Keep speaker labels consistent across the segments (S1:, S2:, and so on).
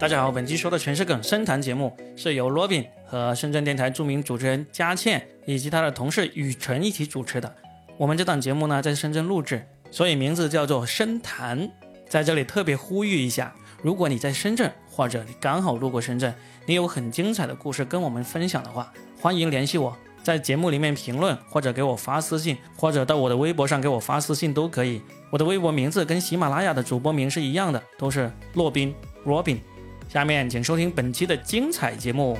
S1: 大家好，本期说的全是梗深谈节目是由罗宾和深圳电台著名主持人佳倩以及他的同事雨辰一起主持的。我们这档节目呢在深圳录制，所以名字叫做深谈。在这里特别呼吁一下，如果你在深圳或者你刚好路过深圳，你有很精彩的故事跟我们分享的话，欢迎联系我，在节目里面评论或者给我发私信，或者到我的微博上给我发私信都可以。我的微博名字跟喜马拉雅的主播名是一样的，都是洛宾 Robin。下面请收听本期的精彩节目。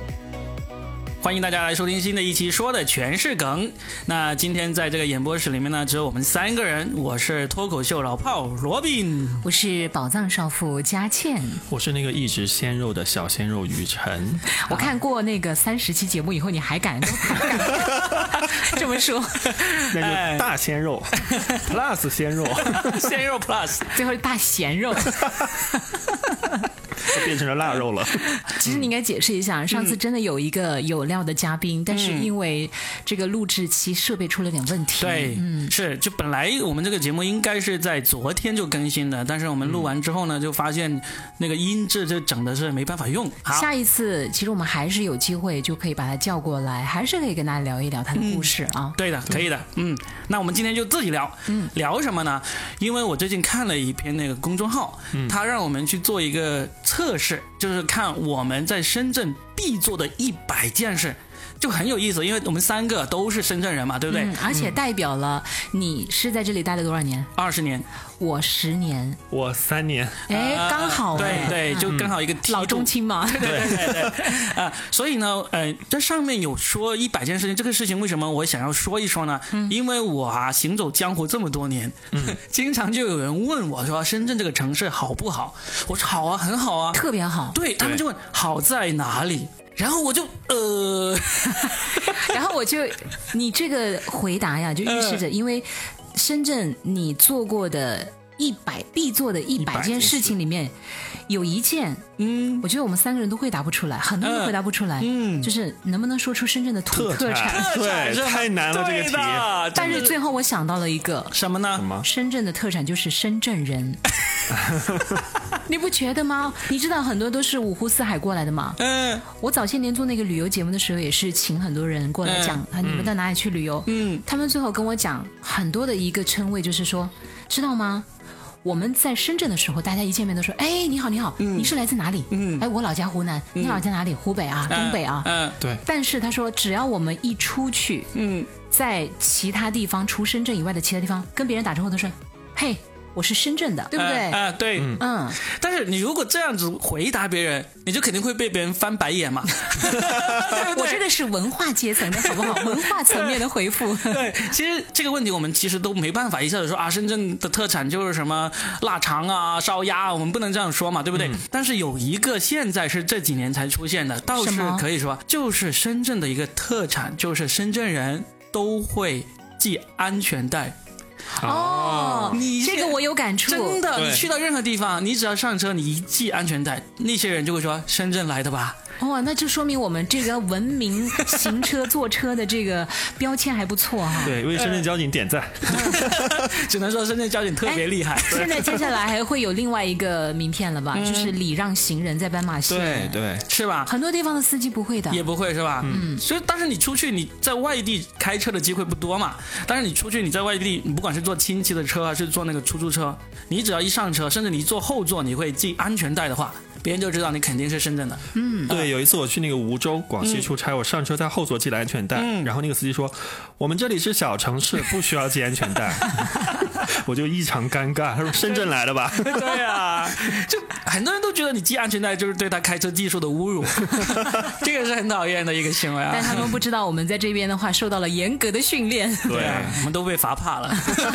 S1: 欢迎大家来收听新的一期，说的全是梗。那今天在这个演播室里面呢，只有我们三个人，我是脱口秀老炮罗宾。
S2: 我是宝藏少妇佳倩，
S3: 我是那个一直鲜肉的小鲜肉雨 辰，
S2: 我看过那个三十期节目以后，你还敢还敢 这么说？
S3: 那就大鲜 肉 plus 鲜肉，
S1: 鲜肉 Plus，
S2: 最后大咸肉，
S3: 就变成了腊肉了。
S2: 其实你应该解释一
S1: 嗯
S2: 下，上次真的有一个有料的嘉宾，但是因为这个录制期设备出了点问题，
S1: 对，是就本来我们这个节目应该是在昨天就更新的，但是我们录完之后呢，就发现那个音质就整的是没办法用。好，
S2: 下一次其实我们还是有机会就可以把他叫过来，还是可以跟大家聊一聊他的故事啊。
S1: 对的，可以的，嗯，那我们今天就自己聊，嗯，聊什么呢？因为我最近看了一篇那个公众号，
S2: 嗯
S1: 他让我们去做一个测试，就是看我们在深圳必做的一百件事，就很有意思，因为我们三个都是深圳人嘛，对不对？
S2: 嗯，而且代表了你是在这里待了多少年？
S1: 二十年，
S2: 我十年，
S3: 我三年，
S2: 哎，
S1: 呃
S2: 刚好
S1: 对
S2: 哎
S1: 对，就刚好一个梯
S2: 老
S1: 度
S2: 中青嘛，
S1: 对对对，啊、所以呢，呃，这上面有说一百件事情，这个事情为什么我想要说一说呢？因为我啊行走江湖这么多年，
S3: 嗯
S1: 经常就有人问我说深圳这个城市好不好？我说好啊，很好啊。
S2: 特别好。
S1: 对他们就问好在哪里，然后我就呃，
S2: 然后我就，你这个回答呀，就预示着，因为深圳你做过的一百必做的一百
S3: 100
S2: 件
S3: 件
S2: 事情里面，有一件，
S1: 嗯
S2: 我觉得我们三个人都回答不出来，很多人
S1: 嗯
S2: 都回答不出来，
S1: 嗯，
S2: 就是能不能说出深圳的土特产？
S3: 产 对
S1: 是吧
S3: 太难了这个
S1: 对
S3: 题
S1: 的
S2: 但是
S1: 真的
S2: 最后我想到了一个，
S1: 什么呢？
S3: 么
S2: 深圳的特产就是深圳 人。你不觉得吗？你知道很多都是五湖四海过来的嘛。
S1: 嗯、
S2: 我早些年做那个旅游节目的时候，也是请很多人过来讲啊，你们到哪里去旅游？
S1: 嗯，
S2: 他们最后跟我讲很多的一个称谓，就是说，知道吗？我们在深圳的时候，大家一见面都说：“哎，你好，你好，你是来自哪里？”
S1: 嗯
S2: 哎，我老家湖南，你老家哪里？湖北啊，东北啊。
S1: 嗯、
S3: 对，
S2: 但是他说，只要我们一出去，
S1: 嗯，
S2: 在其他地方，除深圳以外的其他地方，跟别人打招呼都是：“嘿，我是深圳的，对不对
S1: 啊、？”呃对，
S2: 嗯，
S1: 但是你如果这样子回答别人，你就肯定会被别人翻白眼 嘛，对不
S2: 我这
S1: 对？
S2: 个是文化阶层的好 不好？文化层面的回复。
S1: 对，其实这个问题我们其实都没办法一下子说啊，深圳的特产就是什么腊肠啊、烧鸭啊，我们不能这样说嘛，对不对？但是有一个现在是这几年才出现的，倒是
S2: 什么
S1: 可以说就是深圳的一个特产，就是深圳人都会系安全带。
S2: 哦，
S1: 你
S2: 这个我有感触，
S1: 真的，
S3: 对
S1: 你去到任何地方，你只要上车，你一系安全带，那些人就会说深圳来的 吧。
S2: 哇、哦那就说明我们这个 文明行车坐车的这个标签还不错 哈、
S3: 对，为深圳交警点赞。
S1: 只能说深圳交警特
S2: 哎
S1: 别厉害。
S2: 现在接下来还会有另外一个名片了吧？
S1: 嗯
S2: 就是礼让行人在斑马线。，
S3: 哎对，
S1: 是吧？
S2: 很多地方的司机不会的。
S1: 也不会是吧？嗯，所以但是你出去你在外地开车的机会不多嘛，但是你出去你在外地，你不管是坐亲戚的车还是坐那个出租车，你只要一上车，甚至你一坐后座，你会系安全带的话，别人就知道你肯定是深圳的。
S3: 嗯对，有一次我去那个梧州广西出差，我上车在后座系了安全带，然后那个司机说我们这里是小城市，不需要系安全 带，我就异常尴尬。他说深圳来的 吧？
S1: 对啊， 就很多人都觉得你系安全带就是对他开车技术的侮 辱，这个是很讨厌的一个行为啊。
S2: 但他们不知道我们在这边的话受到了严格的训练。
S1: 对啊，我们都被罚怕了。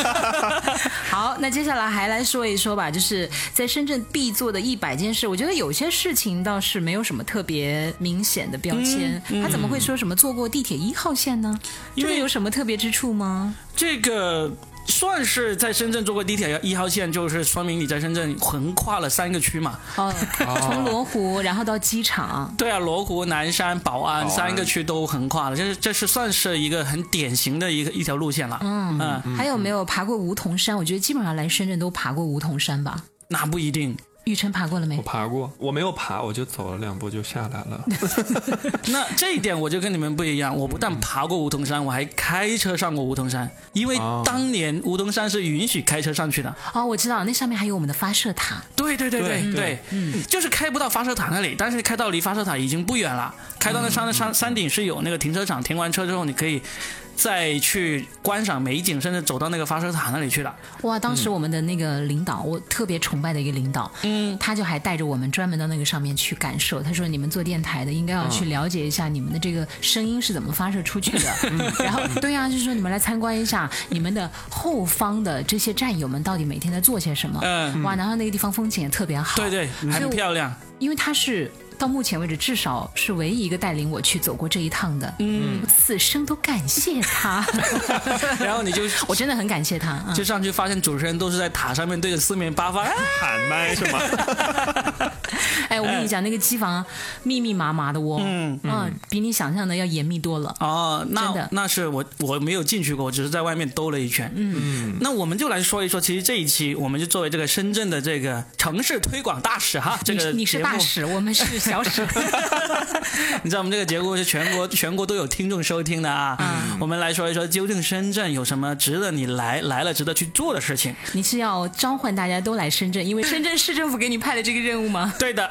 S2: 好，那接下来还来说一说吧，就是在深圳必做的一百件事，我觉得有些事情倒是没有什么特别明显的标签，他怎么会说什么坐过地铁一号线呢？
S1: 因为
S2: 这个有什么特别之处吗？
S1: 这个算是在深圳坐过地铁一号线，就是说明你在深圳横跨了三个区嘛。
S2: 哦，从罗湖然后到机场，
S1: 对啊，罗湖、南山、宝安
S3: 宝安
S1: 三个区都横跨了，这是这是算是一个很典型的一个一条路线了。嗯
S2: 还有没有爬过梧桐山？我觉得基本上来深圳都爬过梧桐山吧。
S1: 那不一定。
S2: 雨辰爬过了没
S1: 哦
S3: 我？爬过，我没有爬，我就走了两步就下来了。
S1: 那这一点我就跟你们不一样，我不但爬过梧桐山，我还开车上过梧桐山，因为
S3: 哦
S1: 当年梧桐山是允许开车上去的。
S2: 哦，我知道，那上面还有我们的发射塔。
S1: 对对对
S3: 对
S1: 对
S3: 对
S1: 对，嗯，就是开不到发射塔那里，但是开到离发射塔已经不远了。开到那
S3: 嗯
S1: 山山山顶是有那个停车场，停完车之后你可以再去观赏美景，甚至走到那个发射塔那里去了。
S2: 哇，当
S1: 嗯
S2: 时我们的那个领导，我特别崇拜的一个领导，嗯，他就还带着我们专门到那个上面去感受。他说：“你们做电台的，应该要去
S1: 嗯
S2: 了解一下你们的这个声音是怎么发射出去 的。然后，对呀、就是说你们来参观一下你们的后方的这些战友们到底每天在做些什么。
S1: 嗯，
S2: 哇，然后那个地方风景也特别好，
S1: 对对，很
S2: 我
S1: 漂亮。
S2: 因为他是到目前为止至少是唯一一个带领我去走过这一趟的，嗯，此生都感谢他，
S1: 然后你就
S2: 我真的很感谢他啊。
S1: 就上去发现主持人都是在塔上面对着四面八方。啊
S3: 喊麦是吗？
S2: 哎，我跟你讲，那个机房密密麻麻的窝，嗯比你想象的要严密多了。
S1: 哦，
S2: 真
S1: 那
S2: 的
S1: 那是我我没有进去过，我只是在外面兜了一圈。嗯，那我们就来说一说，其实这一期我们就作为这个深圳的这个城市推广大使哈，这个
S2: 你你是
S1: 节目
S2: 大使，我们是小使。
S1: 你知道我们这个节目 是全国全国都有听众收听的啊。
S2: 嗯
S1: 我们来说一说，究竟深圳有什么值得你来来了值得去做的事情？
S2: 你是要召唤大家都来深圳，因为深圳市政府给你派了这个任务吗？
S1: 对的，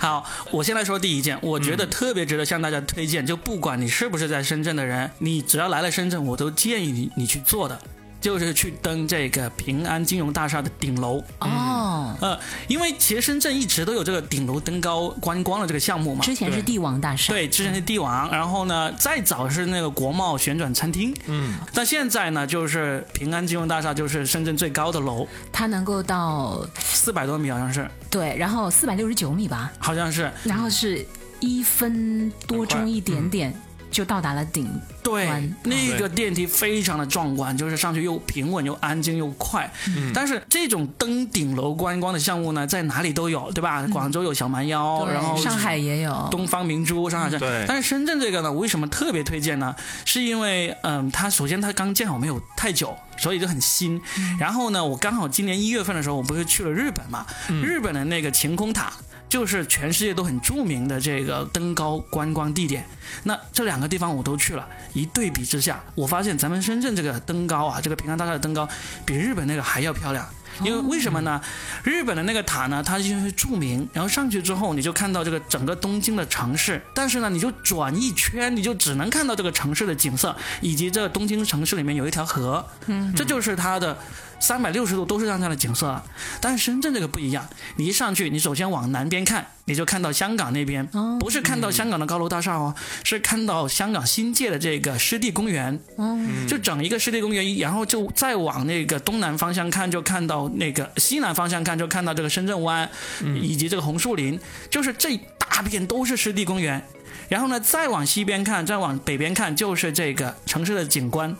S1: 好，我先来说第一件，我觉得
S2: 嗯
S1: 特别值得向大家推荐，就不管你是不是在深圳的人，你只要来了深圳，我都建议你你去做的。就是去登这个平安金融大厦的顶楼，
S2: 哦，
S1: 呃，因为其实深圳一直都有这个顶楼登高观光的这个项目嘛。
S2: 之前是帝王大厦，
S1: 对，之前是帝王，然后呢，再早是那个国贸旋转餐厅，嗯，但现在呢，就是平安金融大厦，就是深圳最高的楼，
S2: 它能够到
S1: 四百多米好像是，
S2: 对，然后四百六十九米吧，
S1: 好像是，
S2: 然后是一分多钟一点
S1: 嗯
S2: 点就到达了顶。
S1: 对
S2: 观，
S1: 那个电梯非常的壮观，就是上去又平稳又安静又快。但是这种登顶楼观光的项目呢，在哪里都有，对吧？广州有小蛮腰，
S2: 嗯
S1: 哦
S2: 对
S1: 然后
S2: 上海也有，
S1: 东方明珠，上海这。
S3: 对
S1: 但是深圳这个呢，为什么特别推荐呢？是因为，嗯，它首先它刚建好没有太久，所以就很新。然后呢，我刚好今年一月份的时候，我不是去了日本嘛？日本的那个晴空塔。就是全世界都很著名的这个登高观光地点，那这两个地方我都去了，一对比之下，我发现咱们深圳这个登高啊，这个平安大厦的登高比日本那个还要漂亮。因为为什么呢？日本的那个塔呢，它因为是著名，然后上去之后，你就看到这个整个东京的城市，但是呢，你就转一圈，你就只能看到这个城市的景色，以及这东京城市里面有一条河，嗯，这就是它的三百六十度都是这样的景色啊。但是深圳这个不一样，你一上去，你首先往南边看，你就看到香港那边，
S2: 哦
S1: 不是看到香港的高楼大厦哦，是看到香港新界的这个湿地公园，
S2: 嗯，
S1: 就整一个湿地公园，然后就再往那个东南方向看，就看到那个西南方向看，就看到这个深圳湾，以及这个红树林，就是这一大片都是湿地公园。然后呢，再往西边看，再往北边看，就是这个城市的景观；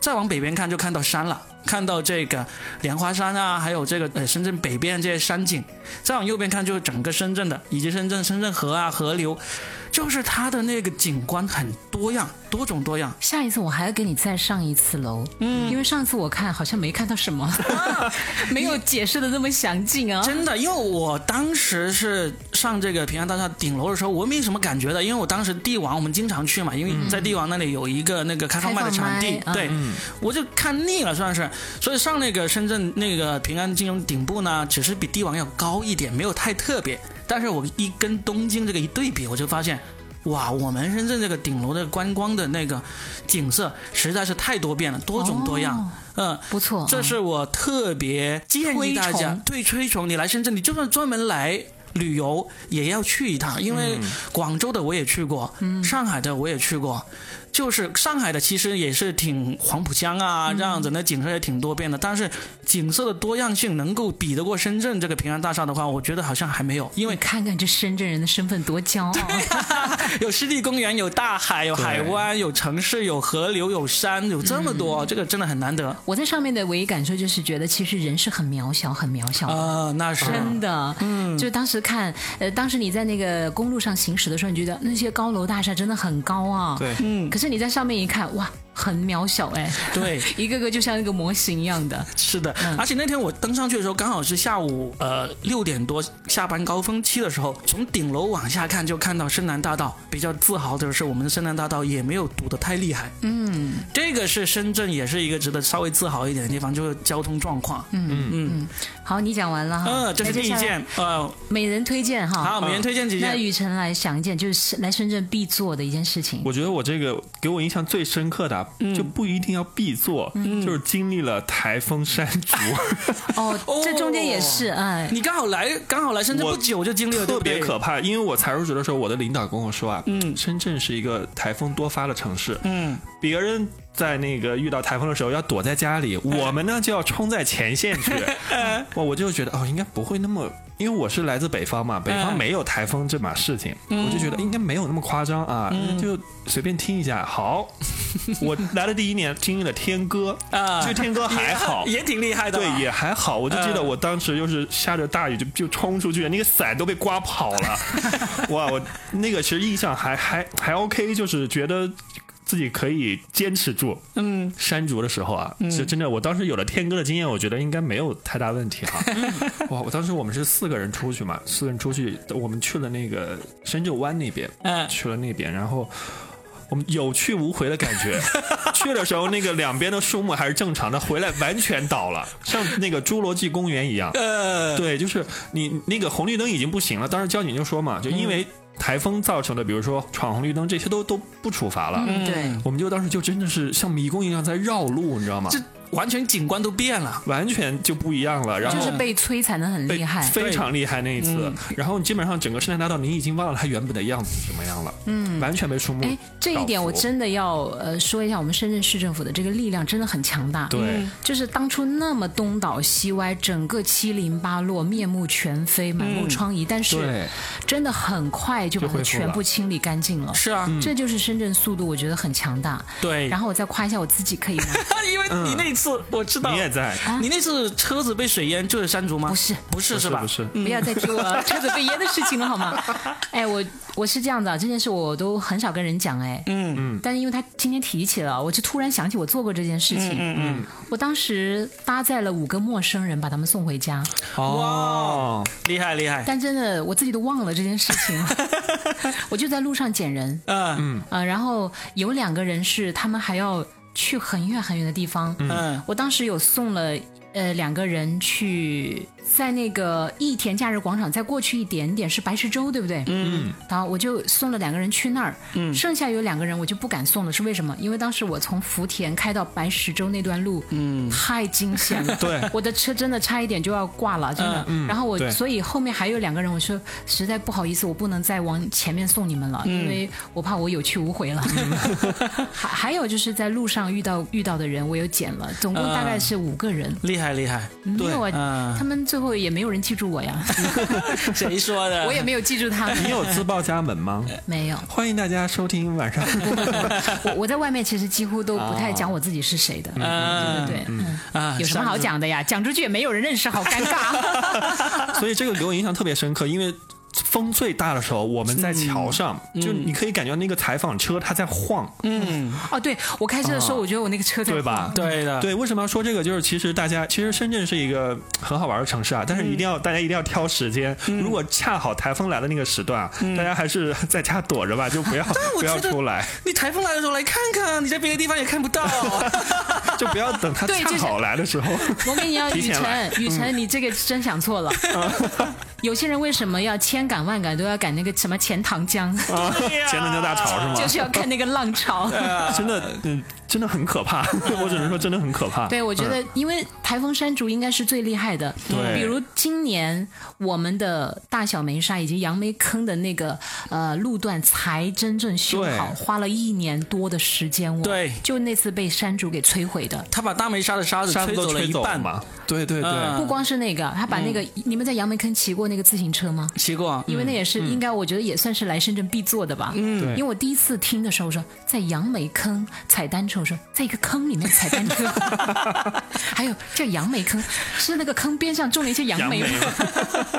S1: 再往北边看，就看到山了，看到这个莲花山啊，还有这个呃深圳北边这些山景；再往右边看，就是整个深圳的，以及深圳深圳河啊、河流，就是它的那个景观很多样、多种多样。
S2: 下一次我还要给你再上一次楼，嗯，因为上次我看好像没看到 什么，没有解释的那么详尽啊。
S1: 真的，因为我当时是上这个平安大厦顶楼的时候，我没什么感觉的，因为我当时帝王我们经常去嘛，因为在帝王那里有一个那个开放麦的场地
S2: 开，放麦
S1: 对，我就看腻了算是，所以上那个深圳那个平安金融顶部呢，只是比帝王要高一点，没有太特别，但是我一跟东京这个一对比，我就发现。哇，我们深圳这个顶楼的观光的那个景色实在是太多变了，多种多样。嗯，
S2: 不错，
S1: 这是我特别建议大
S2: 啊
S1: 家
S2: 推崇，
S1: 对推崇你来深圳，你就算专门来。旅
S2: 嗯
S1: 游也要去一趟，因为广州的我也去过，上海的我也去过，就是上海的其实也是挺黄浦江啊
S2: 嗯
S1: 这样子，那景色也挺多变的。但是景色的多样性能够比得过深圳这个平安大厦的话，我觉得好像还没有， 因为
S2: 你看看这深圳人的身份多骄傲，啊
S1: 有湿地公园，有大海，有海湾，有城市，有河流，有山，有这么多，
S2: 嗯
S1: 这个真的很难得啊、
S2: 我在上面的唯一感受就是觉得其实人是很渺小，很渺
S1: 啊
S2: 小的。
S1: 那是。
S2: 啊真的，嗯，就当时看，呃，当时你在那个公路上行驶的时候，你觉得那些高楼大厦真的很高啊，
S3: 对，
S1: 嗯，
S2: 可是你在上面一看，哇，很渺小哎，
S1: 对，
S2: 一个个就像一个模型一样的，
S1: 是的，
S2: 嗯
S1: 而且那天我登上去的时候，刚好是下午呃六点多下班高峰期的时候，从顶楼往下看就看到深南大道。比较自豪的是，我们的深南大道也没有堵得太厉害。嗯，这个是深圳也是一个值得稍微自豪一点的地方，就是交通状况。嗯嗯
S2: 好，你讲完了哈，
S1: 嗯，这是
S2: 那
S1: 第
S2: 接
S1: 一
S2: 下来
S1: 件。呃，
S2: 每人推荐哈，
S1: 好，每人推荐几
S2: 那
S1: 件。
S2: 雨辰来想一件，就是来深圳必做的一件事情。
S3: 我觉得我这个给我印象最深刻的啊，
S1: 嗯
S3: 就不一定要必做，就是经历了台风山 竹，
S2: 哦
S1: 哦，
S2: 这中间也是，哎，
S1: 你刚好来，刚好来深圳
S3: 我
S1: 不久就经历了，对
S3: 特
S1: 不对
S3: 别可怕。因为我才入职的时候，我的领导跟我说啊，
S1: 嗯
S3: 深圳是一个台风多发的城市，
S1: 嗯，
S3: 别人在那个遇到台风的时候要躲在家里，我们呢就要冲在前线去。我我就觉得哦，应该不会那么，因为我是来自北方嘛，北方没有台风这码事情，我就觉得应该没有那么夸张啊，就随便听一下。好，我来的第一年经历了天歌
S1: 啊
S3: 这个天歌还好。
S1: 也挺厉害的
S3: 对
S1: 吧。，
S3: 也还好。我就记得
S1: 嗯
S3: 我当时就是下着大雨就就冲出去，那个伞都被刮跑 了。哇，我那个其实印象还还还 OK，就是觉得自己可以坚持住。
S1: 嗯，
S3: 山竹的时候啊，是真的，我当时有了天歌的经验，我觉得应该没有太大问题哈、
S1: 嗯
S3: 哇，我当时我们是四个人出去嘛，四个人出去，我们去了那个深圳湾那边，
S1: 嗯
S3: 去了那边，然后。我们有去无回的感 觉，去的时候那个两边的树木还是正常的，回来完全倒了，像那个侏罗纪公 园一样。
S1: 呃，
S3: 对，就是你那个红绿灯已经不行了，当时交警就说嘛，
S2: 嗯
S3: 就因为台风造成的，比如说闯红绿灯这些都都不处罚了。
S2: 嗯，对，
S3: 我们就当时就真的是像迷宫一样在绕路，你知道吗
S1: 这？完全景观都变了。
S3: 完全就不一样了，然
S2: 就
S3: 后
S2: 是被摧残的很
S3: 被
S2: 厉害。
S3: 非常厉害那一次。然后基本上整个圣诞大道，你已经忘了它原本的样子是什么样了，嗯，完全被树木
S2: 哎，这一点
S3: 倒伏
S2: 我真的要呃说一下，我们深圳市政府的这个力量真的很强大。
S3: 对。
S2: 就是当初那么东倒西歪，整个七零八落，面目全非，满目疮痍，但是
S3: 嗯对，
S2: 真的很快就把它
S3: 就恢复了
S2: 全部清理干净了。
S1: 是啊，
S3: 嗯
S2: 这就是深圳速度，我觉得很强大。
S3: 哎
S1: 对。
S2: 然后我再夸一下我自己，可以吗？
S1: 因为你那次我知道
S3: 你也在，
S1: 你那次车子被水淹就是山竹吗？
S2: 啊不是，
S1: 不是是吧？
S3: 不是？
S2: 不要再 提我车子被淹的事情了，好吗？哎，我我是这样的啊，这件事我都很少跟人讲，哎，嗯嗯，但是因为他今天提起了，我就突然想起我做过这件事情，嗯嗯，我当时搭载了五个陌生人，把他们送回家，
S3: 哦，
S1: 厉害厉害，
S2: 但真的我自己都忘了这件事 情了，我就在路上捡人，
S1: 嗯
S2: 啊、然后有两个人是他们还要去很远很远的地方，
S1: 嗯
S2: 我当时有送了呃两个人去在那个益田假日广场再过去一点点是白石洲，对不对？嗯。然后我就送了两个人去那儿，嗯，剩下有两个人我就不敢送了，是为什么？因为当时我从福田开到白石洲那段路，嗯，太惊险了，
S3: 对，
S2: 我的车真的差一点就要挂了，真的。然后我
S3: 对
S2: 所以后面还有两个人，我说实在不好意思，我不能再往前面送你们了，因为我怕我有去无回了。 还还有就是在路上遇到遇到的人，我有捡了，总共大概是五个人。
S1: 厉害厉 害，
S2: 没有啊，
S1: 嗯
S2: 他们最后也没有人记住我 呀，
S1: 谁说的？
S2: 我也没有记住 他们
S3: 你。有自报家门吗？
S2: 没有，
S3: 欢迎大家收听晚 上。
S2: 我我在外面其实几乎都不太讲我自己是谁的，
S1: 嗯
S2: 对对对，哦嗯
S1: 啊，
S2: 有什么好讲的呀？讲出去也没有人认识，好尴尬。
S3: 所以这个给我印象特别深刻，因为。风最大的时候，我们在桥上，就你可以感觉那个采访车它在晃，
S2: 哦，对我开车的时候，我觉得我那个车在
S3: 嗯 对吧
S2: 晃？
S1: 嗯对的，
S3: 对，为什么要说这个？就是其实大家，其实深圳是一个很好玩的城市啊，但是一定要、大家一定要挑时间。如果恰好台风来的那个时段啊，大家还是在家躲着吧，就不要
S1: 我
S3: 不要
S1: 觉得
S3: 出来，
S1: 你台风来的时候来看看，你在别的地方也看不到。
S3: 就不要等它
S2: 对
S3: 恰
S2: 就是
S3: 好来的时候。
S2: 我跟你讲，
S3: 提
S2: 雨
S3: 前来嗯
S2: 辰，雨辰，你这个真想错了。有些人为什么要千赶万赶都要赶那个什么钱塘江，
S3: 啊
S1: 对哎呀，
S3: 前南江大潮是 吗？
S2: 就是要看那个浪 潮。
S3: 真的，嗯，真的很可怕。 我只能说，真的很可怕。
S2: 对，我觉得因为台风山竹应该是最厉害的。
S3: 嗯对
S2: 比如今年我们的大小梅沙以及杨梅坑的那个呃路段才真正修好，
S3: 对
S2: 花了一年多的时间哦。
S1: 对
S2: 就那次被山竹给摧毁的。
S1: 他把大梅沙的沙子
S3: 沙子
S1: 吹
S3: 都
S1: 走了
S3: 吹
S1: 一
S3: 走
S1: 半。
S3: 嘛。对对对，
S1: 嗯
S2: 不光是那个，他把那个、
S3: 嗯
S2: 你们在杨梅坑骑过那个自行车吗？
S1: 骑过啊，
S2: 因为那也是、应该，我觉得也算是来深圳必做的吧。嗯
S3: 嗯对
S2: 因为我第一次听的时候说，在杨梅坑踩单车，我说在一个坑里面踩单车， 还有这杨梅坑是那个坑边上种了一些杨梅
S3: 杨梅
S2: 吗？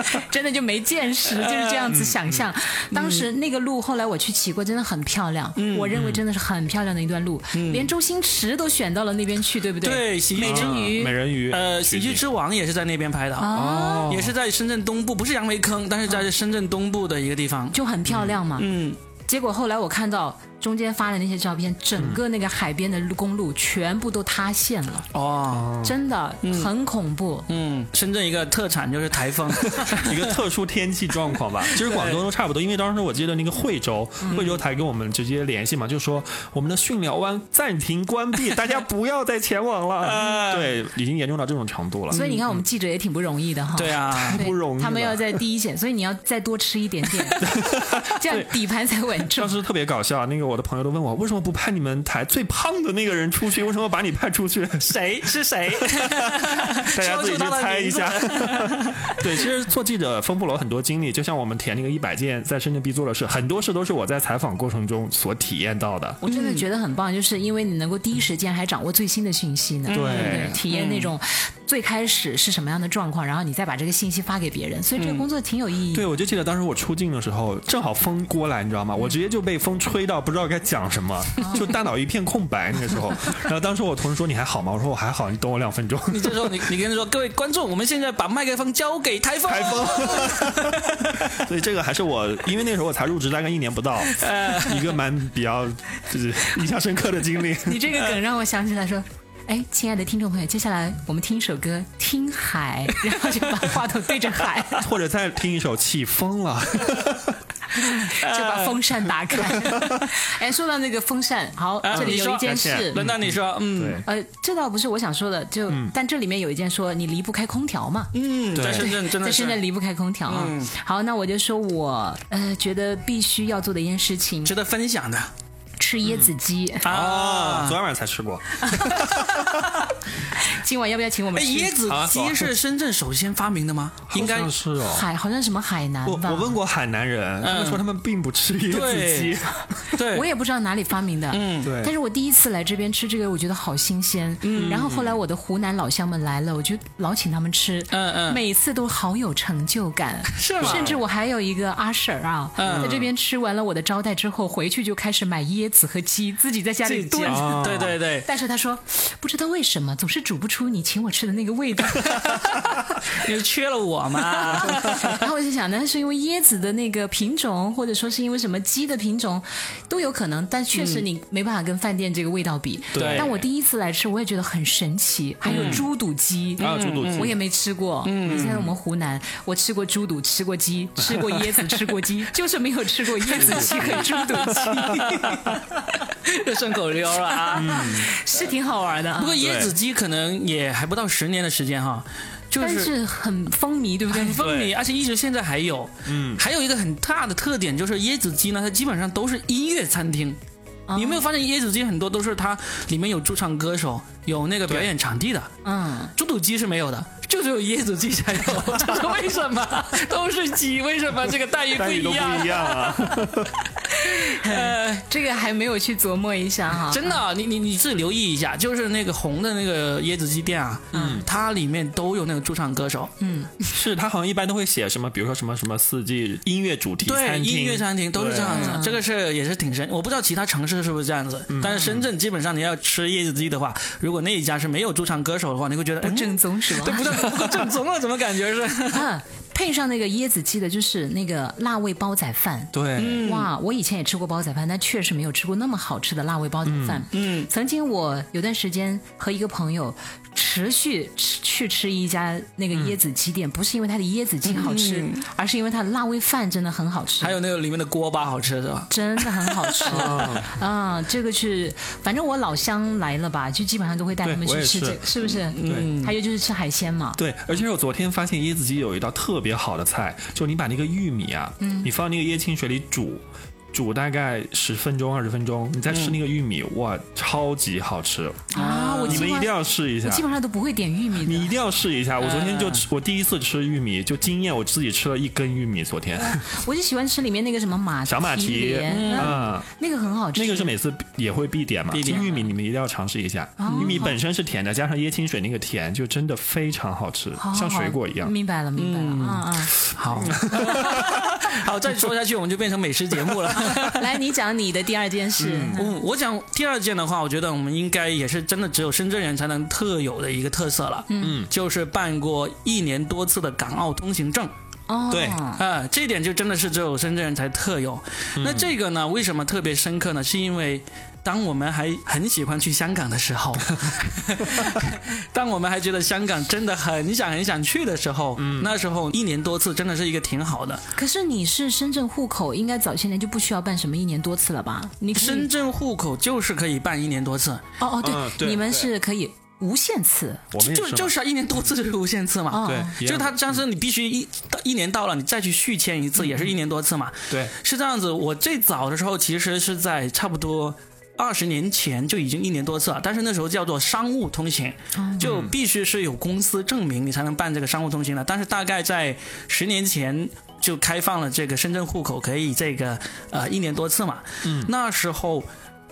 S2: 真的就没见识，就是这样子想象。
S3: 嗯
S2: 当时那个路后来我去骑过，真的很漂亮，
S3: 嗯
S2: 我认为真的是很漂亮的一段路，连周星驰都选到了那边去，对不对？
S1: 对喜剧之
S2: 美人鱼
S3: 啊美人鱼，
S1: 呃，喜剧之王也是在那边拍的，哦，也是在深圳东部，不是杨梅坑，但是在深圳东部的一个地方。
S2: 就很漂亮嘛。
S1: 嗯，
S2: 结果后来我看到中间发的那些照片，整个那个海边的路公路全部都塌陷了，
S1: 哦，
S2: 真的很恐怖。
S1: 嗯，深圳一个特产就是台 风，
S3: 一个特殊天气状况吧。其实广东都差不多，因为当时我记得那个惠州，惠州台跟我们直接联系嘛，就说我们的巽寮湾暂停关闭，大家不要再前往了。 对，已经严重到这种程度了。
S2: 所以你看，我们记者也挺不容易的哈。
S1: 对啊，
S2: 对，
S3: 不容易
S2: 他们
S3: 了
S2: 要在第一线，所以你要再多吃一点 点，这样底盘才稳
S1: 嗯
S2: 住
S3: 当。时特别搞笑，那个我的朋友都问我为什么不派你们台最胖的那个人出去，为什么把你派出去？
S1: 谁是 谁？
S3: 大家
S1: 说出
S3: 自己去
S1: 他的
S3: 猜一
S1: 名字
S3: 下。 对，其实做记者丰富了我很多经历，就像我们填那个一百件在深圳必做的事，很多事都是我在采访过程中所体验到的。
S2: 我真的觉得很棒，就是因为你能够第一时间还掌握最新的讯息呢，对不对？体验
S1: 嗯
S2: 那种最开始是什么样的状况，然后你再把这个信息发给别人，所以这
S1: 嗯
S2: 个工作挺有意义的
S3: 对，。我就记得当时我出镜的时候，正好风过来，你知道吗？我直接就被风吹到不知道该讲什么，
S1: 嗯
S3: 就大脑一片空白。那 个时候，然后当时我同事说：“你还好吗？”我说：“我还好，你等我两分钟。”
S1: 你这时候你你跟他说，各位观众，我们现在把麦克风交给台风。
S3: 台 风， 所以这个还是我，因为那时候我才入职大概一年不 到，
S1: 呃
S3: 一个蛮比较就是印象深刻的经历。
S2: 你这个梗让我想起来说。哎，亲爱的听众朋友，接下来我们听一首歌《听海》，然后就把话筒对 着海，
S3: 或者再听一首《起风了》，
S2: 就把风扇打开。 哎，说到那个风扇，好，
S1: 啊
S2: 这里
S1: 你
S2: 有
S1: 说
S2: 一件
S3: 感
S2: 事
S3: 谢，
S1: 轮到你说，嗯，
S3: 对
S2: 呃，这倒不是我想说的，就、但这里面有一件说你离不开空调嘛，
S1: 嗯，在深 圳真的是
S2: 在
S1: 嗯
S2: 深圳离不开空调啊。好，那我就说我呃觉得必须要做的一件事情，
S1: 值得分享的
S2: 吃椰子鸡。
S1: 啊。
S3: 昨天晚上才吃过，
S2: 今晚要不要请我们
S1: 哎，
S2: 吃？
S1: 椰子鸡是深圳首先发明的吗？应该
S3: 啊好像是哦。嗯
S2: 海好像什么海南
S3: 我
S2: 吧？
S3: 我问过海南人，他们说他们并不吃椰子鸡，
S1: 对，
S2: 我也不知道哪里发明的，嗯
S3: 对
S2: 但是我第一次来这边吃这个，我觉得好新鲜，嗯，然后后来我的湖南老乡们来了，我就老请他们吃，
S1: 嗯嗯
S2: 每次都好有成就感，
S3: 啊
S1: 是吗
S2: 甚至我还有一个阿婶儿啊，在这边吃完了我的招待之后，回去就开始买椰子和鸡，自己在家里炖。
S3: 啊
S1: 对对对，
S2: 但是他说，不知道为什么总是煮不出你请我吃的那个味道。
S1: 你缺了我 嘛？
S2: 然后我就想，那是因为椰子的那个品种，或者说是因为什么鸡的品种，都有可能。但确实你没办法跟饭店这个味道比。
S1: 嗯对
S2: 但我第一次来吃，我也觉得很神奇。还有猪肚鸡，
S1: 嗯
S3: 还
S1: 啊
S3: 有猪肚鸡
S2: 我也没吃过。嗯，在我们湖南，我吃过猪肚，吃过鸡，吃过椰子，吃过鸡， 就是没有吃过椰子鸡 和猪肚鸡，
S1: 这顺口溜了
S3: 嗯
S1: 啊！
S2: 是挺好玩的啊
S1: 不。过椰子鸡可能也还不到十年的时间哈，就
S2: 但
S1: 是。
S2: 是很风靡，对不对？
S1: 哎很风靡，而且一直现在还有。嗯，还有一个很大的特点就是椰子鸡呢，它基本上都是音乐餐厅。你有没有发现椰子鸡很多都是它里面有驻唱歌手，有那个表演场地的，
S2: 嗯，
S1: 猪肚鸡是没有的，就只有椰子鸡才有。这是为什么？都是鸡，为什么这个待 遇不
S3: 待遇
S1: 一
S3: 都
S1: 样
S3: 不一？样啊。
S2: 这个还没有去琢磨一下哈。
S1: 真的啊，你你你自己留意一下，就是那个红的那个椰子鸡店啊，嗯，它里面都有那个驻唱歌手，
S3: 是他好像一般都会写什么，比如说什么什么四季音乐主题
S1: 对，
S3: 餐厅，
S1: 音乐餐厅都是这样子，啊嗯这个是也是挺神。我不知道其他城市是不是这样子，但是深圳基本上你要吃椰子鸡的话，如果那一家是没有驻唱歌手的话，你会觉得哎
S2: 不正宗是吗？
S1: 啊对，不正不够正宗了，怎么感觉是？
S2: 啊，配上那个椰子鸡的，就是那个辣味煲仔饭。
S3: 对，
S2: 哇，我以前也吃过煲仔饭，但确实没有吃过那么好吃的辣味煲仔饭。嗯，曾经我有段时间和一个朋友持续吃去吃一家那个椰子鸡店，不是因为它的椰子鸡好吃，
S3: 嗯
S2: 而是因为它的辣味饭真的很好 吃
S1: 还。有那个里面的锅巴好吃是吧？
S2: 真的很好 吃，
S3: 哦
S2: 啊，这个是，反正我老乡来了吧，就基本上都会带
S3: 对
S2: 他们
S3: 我
S2: 去吃
S3: 也是嗯
S2: 这，是不是？
S3: 对，
S2: 还有就是吃海鲜嘛，
S3: 对，而且我昨天发现椰子鸡有一道特别好的菜，就你把那个玉米啊，你放那个椰青水里煮，煮大概十分钟二十分钟，你再吃那个玉米，哇，超级好吃！
S2: 啊，我
S3: 你
S2: 基
S3: 们
S2: 本
S3: 一定
S2: 上
S3: 要啊试一
S2: 我
S3: 下。
S2: 基本上都不会点玉米
S3: 你一
S2: 的。
S3: 定要试一下，我昨天就吃，我第一次吃玉米就惊艳，我自己吃了一根玉米。昨天
S2: 我就喜欢吃里面那个什么马蹄
S3: 小马蹄，
S2: 莲
S3: 嗯，
S2: 那个很好吃。
S3: 那个是每次也会必点嘛。
S1: 必点
S3: 玉米你们一定要尝试一下，玉米本身是甜的，加上椰青水那个甜，就真的非常好吃，
S2: 好好嗯
S3: 像水
S2: 好
S3: 果一样。嗯
S2: 明白了，明白了啊
S1: 好， 好，再说下去我们就变成美食节目 了。
S2: 啊！来，你讲你的第二件事。
S1: 嗯，我讲第二件的话，我觉得我们应该也是真的只有深圳人才能特有的一个特色了。嗯，就是办过一年多次的港澳通行证。
S2: 哦，
S3: 对
S1: 啊，这一点就真的是只有深圳人才特有。
S2: 嗯
S1: 那这个呢，为什么特别深刻呢？是因为当我们还很喜欢去香港的时候， 当我们还觉得香港真的很想很想去的时候，
S2: 嗯
S1: 那时候一年多次真的是一个挺好的。
S2: 可是你是深圳户口，应该早些年就不需要办什么一年多次了吧？你可以
S1: 深圳户口就是可以办一年多次，
S2: 哦哦，
S3: 嗯
S2: 对，
S3: 对
S2: 你们是可以无限次
S3: 我们也
S1: 就就是是一年多次就是无限次嘛。
S2: 哦。
S3: 对，一
S1: 就
S3: 样
S1: 他但是你必须一到一年到了，你再去续签一次，
S2: 嗯
S1: 也是一年多次嘛。
S3: 对
S1: 是这样子，我最早的时候其实是在差不多。二十年前就已经一年多次了，但是那时候叫做商务通行，就必须是有公司证明你才能办这个商务通行的。但是大概在十年前就开放了这个深圳户口可以这个呃一年多次嘛。嗯，那时候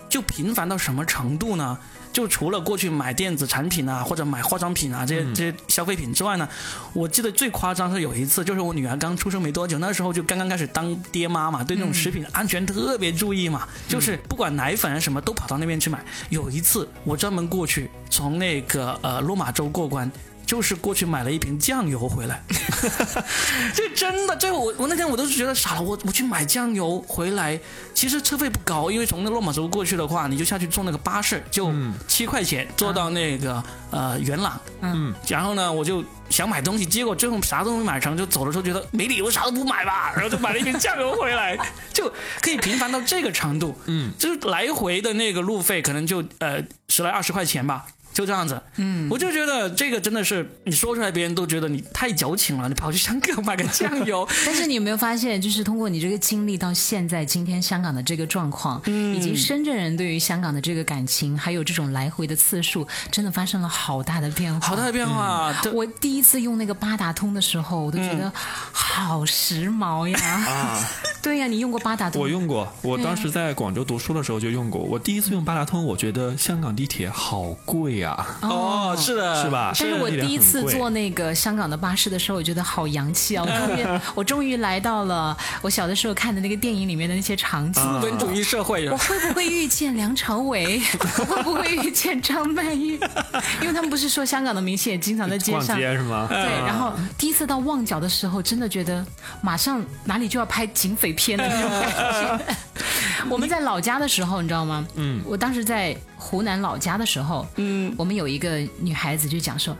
S1: 就频繁到什么程度呢？就除了过去买电子产品啊，或者买化妆品啊这些这些消费品之外呢，我记得最夸张是有一次，就是我女儿刚出生没多久，那时候就刚刚开始当爹妈嘛，对那种食品安全特别注意嘛，就是不管奶粉啊什么都跑到那边去买。有一次我专门过去从那个呃落马洲过关。就是过去买了一瓶酱油回来， 这真的，这我我那天我都是觉得傻了，我我去买酱油回来，其实车费不高，因为从那落马洲过去的话，你就下去坐那个巴士，就七块钱坐到那个、呃元朗，
S2: 嗯，
S1: 然后呢我就想买东西，结果最后啥都没买成，就走的时候觉得没理由啥都不买吧，然后就买了一瓶酱油回来， 就可以频繁到这个程度，嗯，就是来回的那个路费可能就呃十来二十块钱吧。就这样子，嗯，我就觉得这个真的是你说出来，别人都觉得你太矫情了。你跑去香港买个酱 油，
S2: 但是你有没有发现，就是通过你这个经历到现在今天香港的这个状况，
S3: 嗯
S2: 以及深圳人对于香港的这个感情，还有这种来回的次数，真的发生了好大的变化。
S1: 好大的变化，这
S2: 我第一次用那个八达通的时候，我都觉得好时髦呀！
S3: 嗯啊。
S2: 对呀，你用过八达通？
S3: 我用过，我当时在广州读书的时候就用过。我第一次用八达通，我觉得香港地铁好贵啊，
S1: 哦，是的，
S3: 是？吧？
S2: 但是我第一次
S3: 香港地铁很贵
S2: 坐那个香港的巴士的时候，我觉得好洋气啊！ 我终于，我终于来到了我小的时候看的那个电影里面的那些场
S3: 啊
S2: 景。
S1: 资本主义社会
S2: 我会不会遇见梁朝伟？ 我会不会遇见张曼玉？ 因为他们不是说香港的明星也经常在街
S3: 逛
S2: 上。嗯
S3: 街是吗？
S2: 对，然后第一次到旺角的时候，真的觉得马上哪里就要拍警匪片的那种感觉。 我们在老家的时候，你知道吗？嗯，我当时在湖南老家的时候，嗯，我们有一个女孩子就讲说。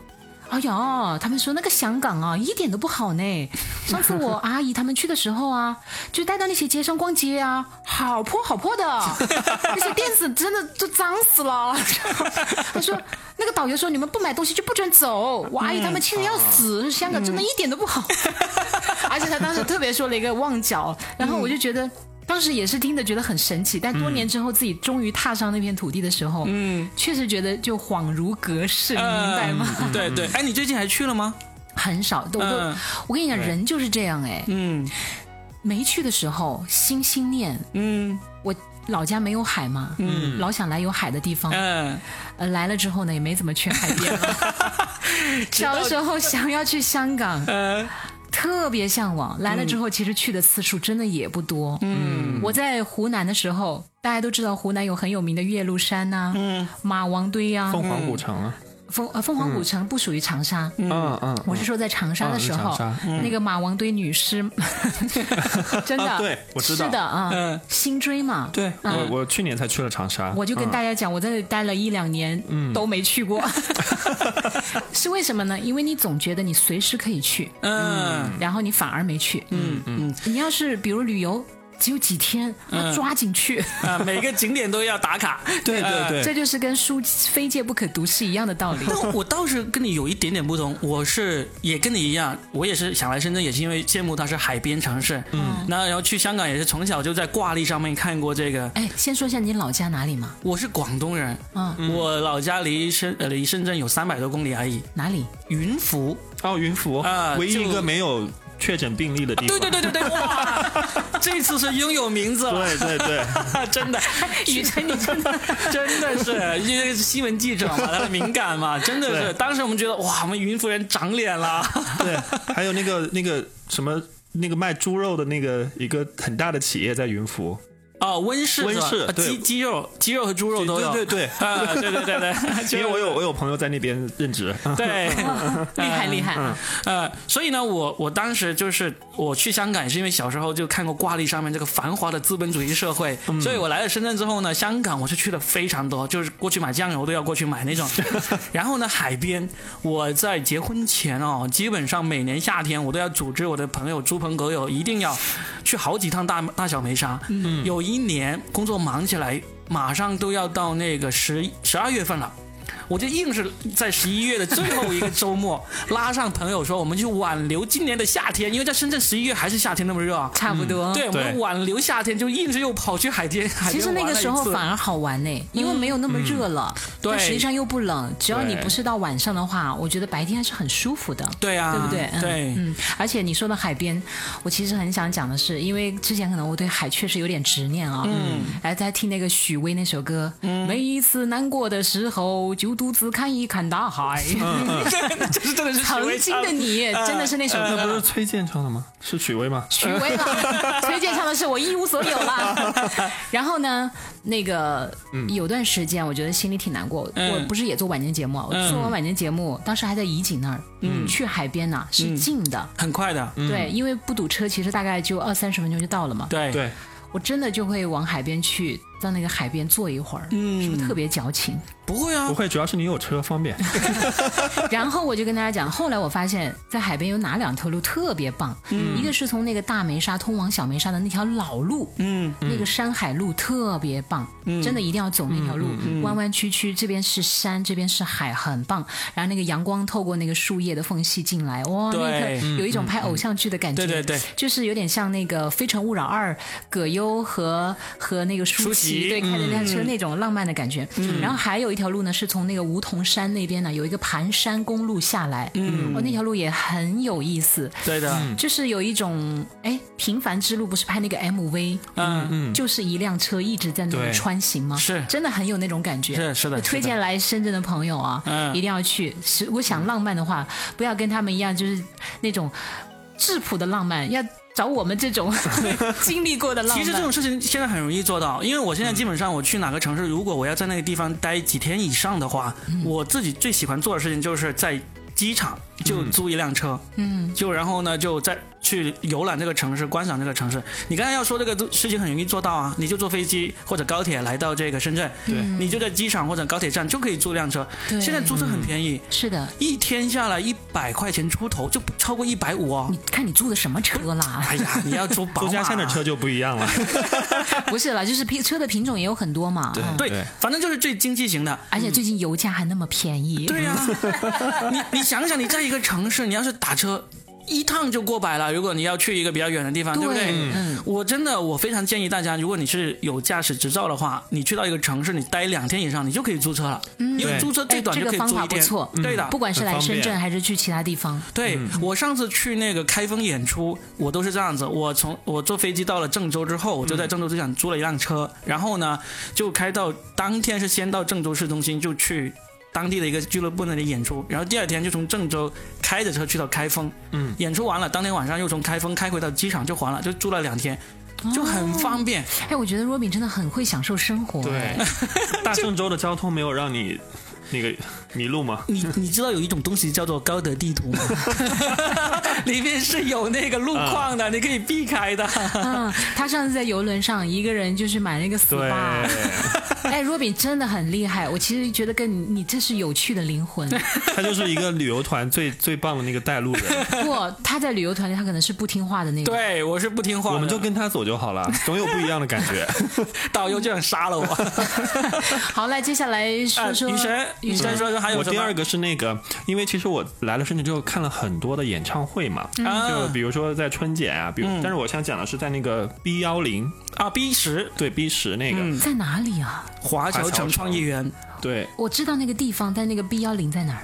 S2: 哎呦，他们说那个香港啊，一点都不好呢。上次我阿姨他们去的时候啊，就带到那些街上逛街啊，好破好破的，那些店子真的就脏死了。他说那个导游说你们不买东西就不准走，我阿姨他们气得要死，香港真的一点都不好。而且他当时特别说了一个旺角，然后我就觉得。当时也是听着觉得很神奇，但多年之后自己终于踏上那片土地的时候，嗯，确实觉得就恍如隔世，你明白吗？
S1: 嗯呃对对，哎，你最近还去了吗？
S2: 很少，我都、
S1: 嗯
S2: 我跟你讲，人就是这样哎，
S1: 嗯
S2: 没去的时候心心念，
S1: 嗯
S2: 我老家没有海嘛，嗯，老想来有海的地方，
S1: 嗯，
S2: 呃，来了之后呢，也没怎么去海边了小时候想要去香港，特别向往。来了之后，其实去的次数真的也不多。嗯，我在湖南的时候，大家都知道湖南有很有名的岳麓山呐、马王堆呀、
S3: 凤凰古城啊，
S2: 凤呃凤凰古城不属于长沙，
S3: 嗯嗯，
S2: 我是说在长沙的时候
S3: 嗯是长，
S2: 那个马王堆女尸，真的，
S3: 啊对我知道
S2: 是的啊
S1: 嗯，
S2: 新追嘛，
S1: 对
S2: 嗯
S3: 我我去年才去了长沙，
S2: 我就跟大
S3: 家
S2: 家讲，我在那里待了一两年，都没去过，是为什么呢？因为你总觉得你随时可以去，
S1: 嗯
S2: 然后你反而没去。
S1: 嗯嗯
S2: 你要是比如旅游只有几天，那抓紧去，
S1: 啊，每个景点都要打卡。
S3: 对
S1: 呃
S3: 对
S2: 这
S3: 对，
S2: 就是跟书非借不可读是一样的道理。
S1: 但我倒是跟你有一点点不同，我是也跟你一样，我也是想来深圳，也是因为羡慕它是海边城市。嗯，那然后去香港也是从小就在挂历上面看过这个。
S2: 哎，先说一下你老家哪里嘛？
S1: 我是广东人，
S2: 啊，
S1: 我老家离深呃离深圳有三百多公里而已，
S2: 哪里？
S1: 云浮。
S3: 哦，云浮
S1: 啊
S3: 唯一
S1: 就
S3: 一个没有确诊病例的地
S1: 对对
S3: 方，
S1: 对对对，哇，这次是拥有名字了，
S3: 对对对，
S1: 真的。
S2: 雨辰，你真的
S1: 真的是，因为新闻记者嘛，他敏感嘛，真的是。
S3: 对
S1: 当时我们觉得，哇，我们云夫人长脸了。
S3: 对，还有那个那个什么。那个卖猪肉的那个一个很大的企业在云浮，
S1: 哦，温室是吧，
S3: 温室
S1: 啊
S3: 对
S1: 鸡鸡肉、鸡肉和猪肉都有。
S3: 对
S1: 对，
S3: 对
S1: 啊，对对对对，就是
S3: 因为我有我有朋友在那边任职，
S1: 对，
S2: 厉害厉害啊！
S1: 呃，所以呢，我我当时就是我去香港，也是因为小时候就看过挂历上面这个繁华的资本主义社会，所以我来了深圳之后呢，香港我是去了非常多，就是过去买酱油都要过去买那种。然后呢，海边，我在结婚前哦，基本上每年夏天我都要组织我的朋友、猪朋狗友一定要去好几趟大大小梅沙。嗯，有一年工作忙起来，马上都要到那个十十二月份了。我就硬是在十一月的最后一个周末拉上朋友说，我们去挽留今年的夏天，因为在深圳十一月还是夏天那么热啊。
S2: 差不多。
S1: 对，我们
S3: 对
S1: 挽留夏天，就硬是又跑去海边。海边
S2: 嗯其实那
S1: 玩
S2: 个
S1: 了一
S2: 时候
S1: 次
S2: 反而好玩呢、因为没有那么热了，
S1: 对
S2: 但实际上又不冷。只要你
S3: 对
S2: 不是到晚上的话，我觉得白天还是很舒服的。
S1: 对啊，
S2: 对不对？嗯
S1: 对，
S2: 嗯，而且你说到海边，我其实很想讲的是，因为之前可能我对海确实有点执念啊。嗯，哎，在听那个许巍那首歌，每一次难过的时候，就独自看一看大海。
S1: 这是真的是许
S2: 曾
S1: 巍
S2: 经
S1: 唱
S2: 的你，真的是那首歌
S3: 那
S2: 吗
S3: 不是？崔健唱的吗？是许 巍吗？
S2: 许巍了，崔健唱的是我一无所有 了。然后呢，那个有段时间我觉得心里挺难过，
S1: 嗯
S2: 我不是也做晚间节目啊，我做完晚间节目，当时还在怡景那儿，
S1: 嗯
S2: 去海边呐是近的，
S1: 很快的，
S2: 对，因为不堵车，其实大概就二三十分钟就到了嘛。
S1: 嗯对，
S3: 对，
S2: 我真的就会往海边去，到那个海边坐一会儿，
S1: 嗯
S2: 是不是特别矫情？
S1: 不会啊
S3: 不，会，主要是你有车方 便。
S2: 然后我就跟大家讲，后来我发现，在海边有哪两条路特别棒，一个是从那个大梅沙通往小梅沙的那条老路，
S1: 嗯，
S2: 那个山海路特别棒，真的一定要走那
S1: 嗯
S2: 条路，弯弯曲曲，这边是山，这边是海，很棒。然后那个阳光透过那个树叶的缝隙进来，哇，
S1: 对
S2: 那个有一种拍偶像剧的感觉，
S1: 嗯嗯嗯对对对，
S2: 就是有点像那个《非诚勿扰二》，葛优和和那个舒
S1: 舒淇
S2: 淇对开着那辆车那种浪漫的感觉。
S1: 嗯
S2: 然后还有一条路呢，是从那个梧桐山那边呢有一个盘山公路下来，嗯，哦，那条路也很有意思。
S1: 对的，
S2: 就是有一种哎，平凡之路不是拍那个 MV，
S1: 嗯，
S3: 嗯
S2: 就是一辆车一直在那里
S3: 对
S2: 穿行吗？
S1: 是
S2: 真的很有那种感觉。
S1: 是是的
S2: 我推荐来深圳的朋友啊，
S1: 嗯
S2: 一定要去。是我想浪漫的话，不要跟他们一样，就是那种质朴的浪漫，要找我们 这种经历过的浪漫。
S1: 其实这种事情现在很容易做到，因为我现在基本上我去哪个城市，如果我要在那个地方待几天以上的话，
S2: 嗯
S1: 我自己最喜欢做的事情就是在机场就租一辆车，嗯，就然后呢就再去游览这个城市，观赏这个城市。你刚才要说这个事情很容易做到啊，你就坐飞机或者高铁来到这个深圳，
S3: 对
S1: 你就在机场或者高铁站就可以租辆车，
S2: 对嗯
S1: 现在租车很便宜。
S2: 是的，
S1: 一天下来一百块钱出头，就不超过一百五哦
S2: 你。看你租的什么车 啦？
S1: 哎呀，你要租 宝
S3: 周
S1: 马
S3: 家山的车就不一样 了。
S2: 不是啦，就是品车的品种也有很多嘛。嗯
S1: 对
S3: 对，
S1: 反正就是最经济型的。
S2: 而且最近油价还那么便宜。
S1: 对呀、 你你想想，你在一个城市，你要是打车一趟就过百了，如果你要去一个比较远的地方，对不对？
S2: 嗯，
S1: 我真的，我非常建议大家，如果你是有驾驶执照的话，你去到一个城市，你待两天以上，你就可以租车了，因为
S3: 对
S1: 租车最
S2: 哎
S1: 短就
S2: 这个
S1: 可以
S2: 方
S1: 租
S2: 法
S1: 一
S2: 不
S1: 天。
S2: 错，
S1: 对的，
S2: 不管是
S3: 很
S2: 来
S3: 方
S2: 深
S3: 便
S2: 圳还是去其他地方，
S1: 对、
S3: 嗯
S1: 我上次去那个开封演出，我都是这样子。我从我坐飞机到了郑州之后，我就在郑州机场租了一辆车，
S3: 嗯
S1: 然后呢就开到当天是先到郑州市中心，就去当地的一个俱乐部那里演出，然后第二天就从郑州开着车去到开封，
S3: 嗯，
S1: 演出完了，当天晚上又从开封开回到机场就还了，就住了两天，就很方便。
S3: 哦
S2: 哎，我觉得 Robin 真的很会享受生活。
S3: 对，大郑州的交通没有让你那个迷路吗？
S1: 你你知道有一种东西叫做高德地图 吗？里面是有那个路况
S3: 啊
S1: 的，你可以避开的。
S2: 嗯，他上次在游轮上一个人就是买了一个 SPA，
S3: 对，
S2: 哎，若饼真的很厉害，我其实觉得跟你你这是有趣的灵魂。
S3: 他就是一个旅游团最最棒的那个带 路人，
S2: 不，他在旅游团里他可能是不听话的那个。
S1: 对，我是不听话的，
S3: 我们就跟他走就好了，总有不一样的感觉。
S1: 导游就想杀 了我。
S2: 好，来接下来
S1: 啊
S2: 说说
S1: 雨神，雨神说说还有
S3: 我
S1: 什么？
S3: 第二个是那个，因为其实我来了深圳之后看了很多的演唱会嘛，就
S1: 啊
S3: 比如说在春节啊，比如，
S1: 嗯
S3: 但是我想讲的是在那个 B 幺零
S1: 啊 B 十
S3: 对 B 十那个，
S1: 嗯
S2: 在哪里啊？
S1: 华侨城创意园
S3: 对
S2: 我知道那个地方，但那个 B 幺零在哪儿？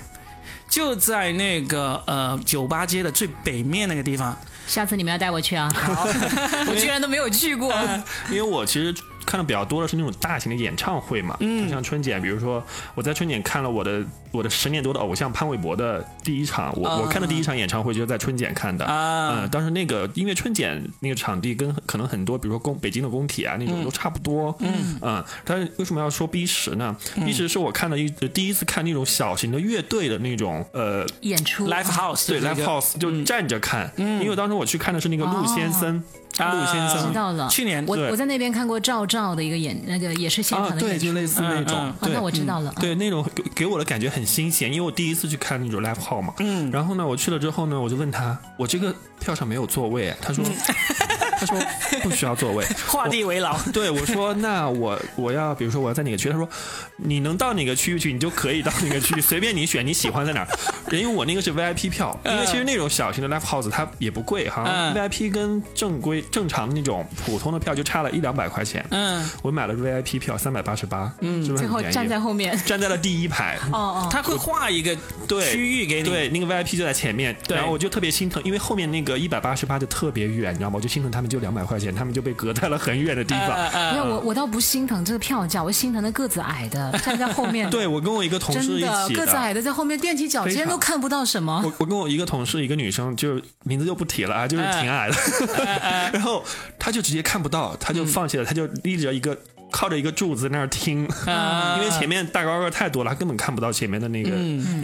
S1: 就在那个呃酒吧街的最北面那个地方。
S2: 下次你们要带我去啊！ 我居然都没有去过。
S1: 呃
S3: 因为我其实看的比较多的是那种大型的演唱会嘛，
S1: 嗯
S3: 就像春节，比如说我在春节看了我的我的十年多的偶像潘玮柏的第一场，我、
S1: 啊
S3: 我看的第一场演唱会就是在春节看的
S1: 啊
S3: 嗯，当时那个因为春节那个场地跟可能很多，比如说工北京的工体啊那种都差不多，嗯但是为什么要说 B 十呢、b
S1: 嗯
S3: 十是我看的一第一次看那种小型的乐队的那种呃
S2: 演出
S1: Live House
S3: 对
S1: 这个嗯
S3: live house 就站着看，因为当时我去看的是那个陆先生，
S1: 啊
S3: 陆先
S2: 知
S3: 生。
S2: 道了。
S1: 去年
S2: 我
S3: 嗯对
S2: 我在那边看过赵照的一个演，那个也是现
S3: 啊
S2: 场，的
S3: 对，
S2: 演出。
S3: 就类似那种，
S1: 嗯
S2: 哦，
S3: 对
S2: 那，我知道了。
S3: 对，那种给给我的感觉很新鲜，因为我第一次去看那种 live hall 嘛。嗯。然后呢，我去了之后呢，我就问他，我这个票上没有座位啊，他
S2: 嗯
S3: 说， 他说不需要座位。
S1: 画地为 牢。
S3: 对，我说那我我要比如说我要在哪个区，他说你能到哪个区域去，你就可以到哪个区域，随便你选，你喜欢在哪儿。 因为我那个是 VIP 票，
S2: 嗯
S3: 因为其实那种小型的 live house 它也不贵，好像
S1: 嗯
S3: VIP 跟正规正常的那种普通的票就差了一两百块钱。
S1: 嗯，
S3: 我买了 VIP 票三百八十八，嗯，是不是
S2: 最
S3: 很
S2: 后
S3: 便宜？
S2: 站在后面。
S3: 站在了第一排，
S2: 哦哦，
S1: 他会画一个
S3: 对
S1: 区域给你。呃
S3: 对，那个 VIP 就在前面，
S1: 对
S3: 然后我就特别心疼，因为后面那个一百八十八就特别远，你知道吗？我就心疼他们就两百块钱，他们就被隔在了很远的地
S1: 呃，
S3: 方。
S2: 没有
S1: 呃
S2: 我我倒不心疼这个票价，我心疼那个子矮的站在后面。
S3: 对，我跟我一个同事
S2: 真
S3: 一
S2: 的
S3: 起
S2: 个子矮的在后面踮起脚
S3: 非
S2: 尖
S3: 常
S2: 都看不到什么。
S3: 我我跟我一个同事，一个女生，就是名字就不提了啊，就是挺矮的， 然后她就直接看不到，她就放弃了，她就立着一个靠着一个柱子在那儿听，
S1: 啊
S3: 因为前面大高个儿太多了，她根本看不到前面的那个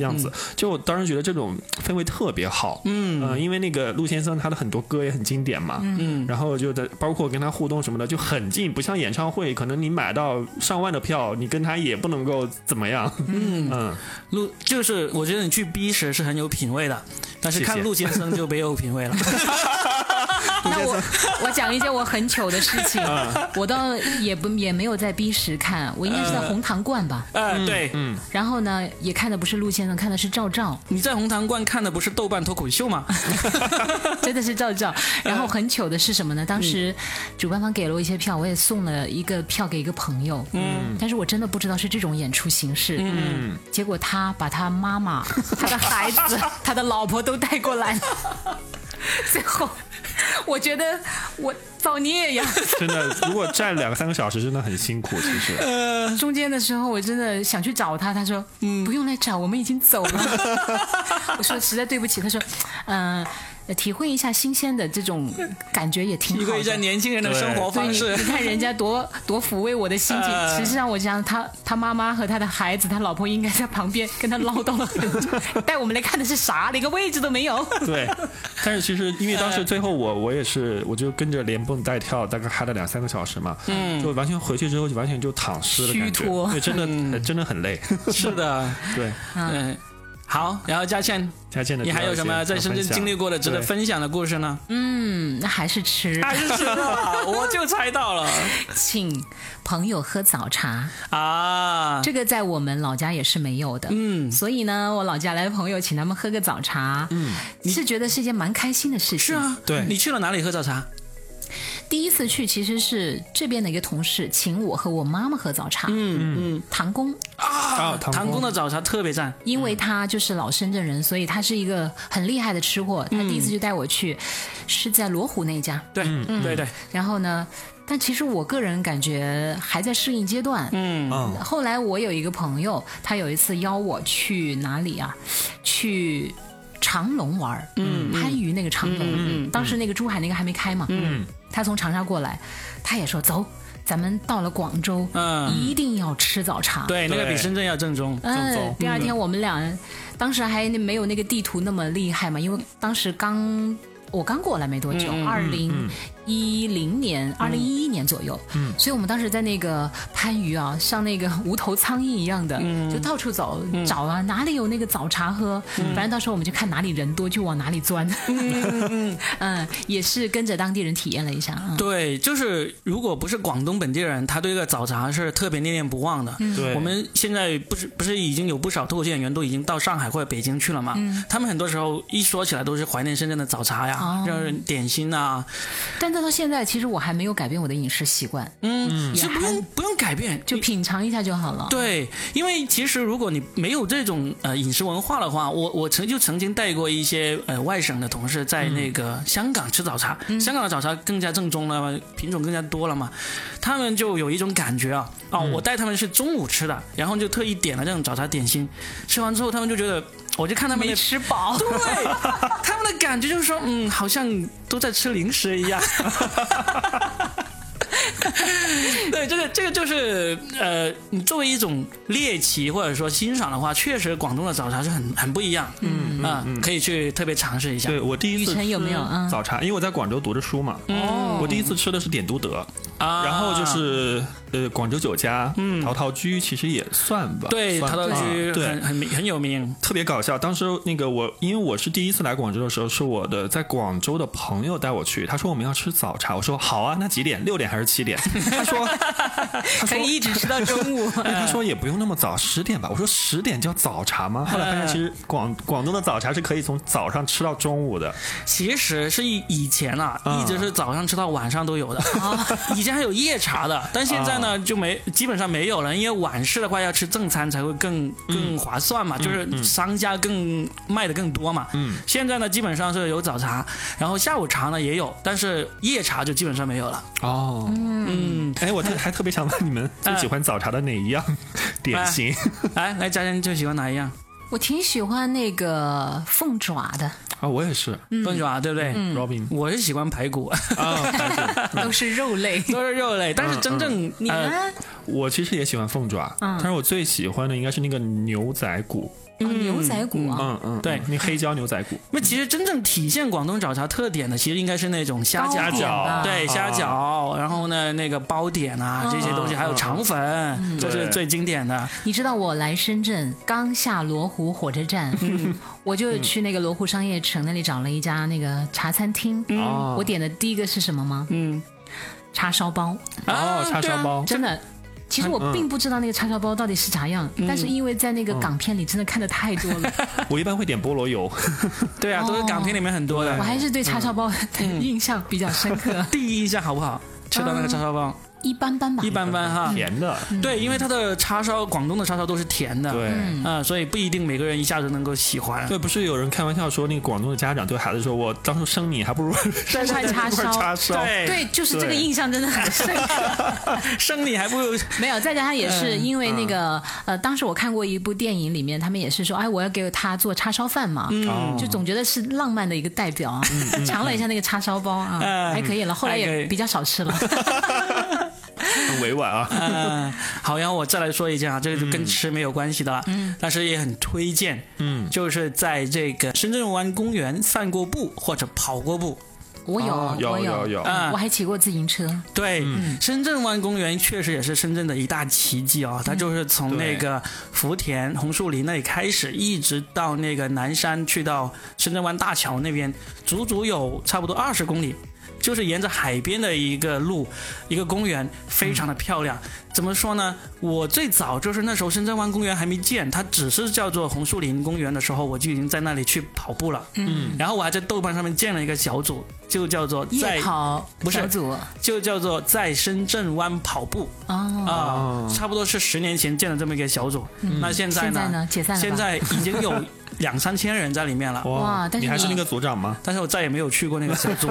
S3: 样子。就我当时觉得这种氛围特别好，嗯、因为那个陆先生他的很多歌也很经典嘛，嗯，然后就在包括跟他互动什么的就很近，不像演唱会，可能你买到上万的票，你跟他也不能够怎么样，嗯
S1: 陆就是，我觉得你去 B 十是很有品位的，但是
S3: 谢谢
S1: 看陆先生就没有品 位了。
S2: 那我 我讲一件我很糗的事情，
S3: 嗯
S2: 我倒也不也没有在 B 十看，我应该是在红糖罐吧。
S1: 呃，对，
S2: 然后呢，也看的不是陆先生，看的是赵照，
S1: 你在红糖罐看的不是豆瓣脱口 秀吗？
S2: 真的是赵照。然
S1: 嗯
S2: 后很糗的是什么呢？当时主办方给了我一些票，我也送了一个票给一个朋友，嗯，但是我真的不知道是这种演出形式，嗯，结果他把他妈妈、他的 孩子、他的老婆都带过来了，最后我觉得我造 孽呀。
S3: 真的，如果站两三个小时，真的很辛苦，其实。
S2: 中间的时候，我真的想去找他，他说：“
S1: 嗯
S2: 不用来找，我们已经走了。” 我说：“实在对不起。”他说：“嗯、呃，体会一下新鲜的这种感觉也挺
S1: 体
S2: 好
S1: 会一下
S2: 的。”
S1: 年轻人的生活方式
S2: 你。看人家多多抚慰我的心情。
S1: 啊呃
S2: 实际上，我想他他妈妈和他的孩子，他老婆应该在旁边跟他唠叨了很久。带我们来看的是啥？连个位置都没有。
S3: 对，但是其实因为当时最后我我也是，我就跟着连蹦带跳，大概嗨了两三个小时嘛，嗯，就完全回去之后就完全就躺尸了，感
S2: 虚脱
S3: 觉，对，真的、
S1: 嗯
S3: 真的很累。
S1: 是的，
S3: 对，
S1: 嗯。好，然后佳倩，
S3: 佳倩的
S1: 你还有什么在深圳经历过的值得
S3: 分
S1: 分享的故事 呢？
S2: 嗯，那还是吃，
S1: 还是知道了，啊我就猜到了
S2: 请朋友喝早茶。
S1: 啊！
S2: 这个在我们老家也是没有的，嗯，所以呢，我老家来的朋友请他们喝个早茶，嗯，是觉得是一件蛮开心的事情。
S1: 是，啊，
S3: 对
S1: 你去了哪里喝早茶？
S2: 第一次去其实是这边的一个同事请我和我妈妈喝早茶，嗯嗯，唐工，
S3: 啊，
S1: 唐宫
S3: 宫
S1: 的早茶特别赞，
S2: 因为他就是老深圳人，所以他是一个很厉害的吃货，他第一次就带我去，是在罗湖那家，
S1: 对
S3: 嗯
S1: 对对，
S2: 然后呢，但其实我个人感觉还在适应阶段，
S1: 嗯
S3: 嗯
S2: 后来我有一个朋友，他有一次邀我去哪里啊？去长隆玩儿，嗯，番禺那个嗯长隆，当时那个珠海那个还没开嘛，嗯，他从长沙过来，他也说走。咱们到了广州，
S1: 嗯
S2: 一定要吃早茶。
S1: 对，那个比
S3: 对
S1: 深圳要正宗。
S3: 正宗
S2: 嗯，第二天我们俩，当时还没有那个地图那么厉害嘛，因为当时刚我刚过来没多久，二
S3: 嗯
S2: 零一零年、二零一一年左右，嗯，所以我们当时在那个番禺啊，像那个无头苍蝇一样的，就到处走找啊，哪里有那个早茶喝，反正到时候我们就看哪里人多就往哪里钻， 嗯，也是跟着当地人体验了一下啊，
S1: 对，就是如果不是广东本地人，他对这个早茶是特别念念不忘的。
S2: 嗯
S3: 对，
S1: 我们现在不是不是已经有不少脱口秀演员都已经到上海或者北京去了嘛？他们很多时候一说起来都是怀念深圳的早茶呀
S2: 嗯哦，
S1: 让人点心啊，
S2: 但到到现在，其实我还没有改变我的饮食习惯，
S1: 嗯，
S2: 也
S1: 是不
S2: 还
S1: 用不用改变，
S2: 就品尝一下就好了。
S1: 对，因为其实如果你没有这种呃饮食文化的话，我我曾就曾经带过一些呃外省的同事在那个香港吃早茶，香港的早茶更加正宗了嘛，品种更加多了嘛，他们就有一种感觉啊啊、我带他们是中午吃的，然后就特意点了这种早茶点心，吃完之后他们就觉得，我就看他们那
S2: 没吃饱，
S1: 对，他们的感觉就是说，嗯，好像都在吃零食 一样。对，这个这个就是呃，你作为一种猎奇或者说欣赏的话，确实广东的早茶是很很不一样，嗯啊、可以去特别尝试一下
S3: 对我第一次
S2: 雨辰有没有
S3: 吃
S2: 嗯
S3: 早茶？因为我在广州读的书嘛，
S2: 哦
S3: 我第一次吃的是点都德，
S1: 嗯啊。嗯
S3: 然后就是呃广州酒家，陶陶居其实也算吧，
S1: 对
S3: 算
S1: 陶陶
S3: 吧
S1: 居
S3: 对
S1: 很很很有名，
S3: 特别搞笑。当时那个我，因为我是第一次来广州的时候，是我的在广州的朋友带我去，他说我们要吃早茶，我说好啊，那几点？六点还是七点？ 他说，他
S2: 可
S3: 说。
S2: 以一直吃到中 午。
S3: 哎他说也不用那么早，十点吧。我说十点叫早茶吗？后来发现其实广广东的早茶是可以从早上吃到中午的。
S1: 其实是以以前啊，哦
S3: 啊
S1: 一直是早上吃到晚上都有的， 以前还有夜茶的，但现在呢就没基本上没有了，因为晚市的话要吃正餐才会更更划算嘛，就是商家更卖的更多嘛。嗯，现在呢基本上是有早茶，然后下午茶呢也有，但是夜茶就基本上没有了。
S3: 哦，
S1: 嗯，
S3: 哎，我特还特别想问你们最喜欢早茶的哪一样点心？
S1: 来来，佳人最喜欢哪一样？
S2: 我挺喜欢那个凤爪的，
S3: 啊，我也是
S1: 凤爪对不对？
S3: ，Robin
S1: 我是喜欢排骨，
S3: 啊，
S2: 都是肉类。
S1: 都是肉类，但是真正
S2: 你
S1: 呃
S2: 呢？
S3: 我其实也喜欢凤爪，但是我最喜欢的应该是那个牛仔骨，
S2: 哦牛仔骨啊，
S3: 嗯嗯，
S1: 对
S3: 那个黑椒牛仔骨，
S1: 那其实真正体现广东早茶特点的，其实应该是那种虾
S2: 糕
S1: 饺
S2: 点吧哦
S1: 对
S3: 啊
S1: 虾饺，然后呢那个包点
S2: 嗯
S1: 啊这些东西，还有肠粉，这是
S3: 对
S1: 最经典的。
S2: 你知道我来深圳刚下罗湖火车站，我就去那个罗湖商业城那里找了一家那个茶餐厅。
S3: 哦
S2: 我点的第一个是什么吗？
S1: 嗯，
S2: 叉烧包，
S1: 啊
S3: 哦，叉烧，包，
S2: 真的。其实我并不知道那个叉烧包到底是啥样，但是因为在那个港片里真的看的太多了，
S3: 我一般会点菠 萝油，
S1: 对啊，都是港片里面很多
S2: 哦我
S1: 的。
S2: 还是对叉烧包的印象比较深刻。
S1: 第一印象好不好？吃到那个
S2: 嗯
S1: 叉烧包，
S2: 一般般吧
S1: 一，般般哈。嗯
S3: 甜的，
S1: 对，因为它的叉烧，广东的叉烧都是甜的，
S3: 对。
S1: 啊，所以不一定每个人一下子能够喜欢。
S3: 对，不是有人开玩笑说，那个广东的家长对孩子说：“我当初生你还不如
S2: 一块叉
S3: 块
S2: 烧。
S3: 叉烧。”
S2: 对，就是这个
S3: 对
S2: 印象真的很深刻。
S1: 生理还不如
S2: 没有，再加上也是
S1: 嗯
S2: 因为那个呃，当时我看过一部电影，里面他们也是说，哎，我要给他做叉烧饭
S1: 嗯
S2: 嘛，
S1: 哦
S2: 就总觉得是浪漫的一个代表啊。 尝了一下那个叉烧包啊，
S1: 嗯
S2: 还可以了，后来
S1: 还可
S2: 也
S1: 以
S2: 比较少吃了。
S3: 很委婉啊。
S1: 嗯， 好，然后我再来说一件啊，这个就跟吃没有关系的了，嗯，但是也很推荐，嗯，就是在这个深圳湾公园散过步或者跑过步，
S2: 我有，
S3: 哦有
S2: 我
S3: 有有
S1: 嗯
S2: 我还骑过自行车。
S1: 对，深圳湾公园确实也是深圳的一大奇迹哦，它就是从那个福田红树林那里开始，一直到那个南山，去到深圳湾大桥那边，足足有差不多二十公里。就是沿着海边的一个路，一个公园，非常的漂亮。怎么说呢？我最早就是那时候深圳湾公园还没建，它只是叫做红树林公园的时候，我就已经在那里去跑步了。嗯，然后我还在豆瓣上面建了一个小组，就叫做在
S2: 夜跑
S1: 不是哦
S2: 小组
S1: 就叫做在深圳湾跑步
S2: 哦，嗯
S1: 啊、差不多是十年前建的这么一个小组。那现在
S2: 现在
S1: 呢？
S2: 呢解散了吧
S1: 现在已经 有两三千人在里面了，
S2: 哇但是
S3: 你还是
S2: 你
S3: 那个组长吗？
S1: 但是我再也没有去过那个小 组。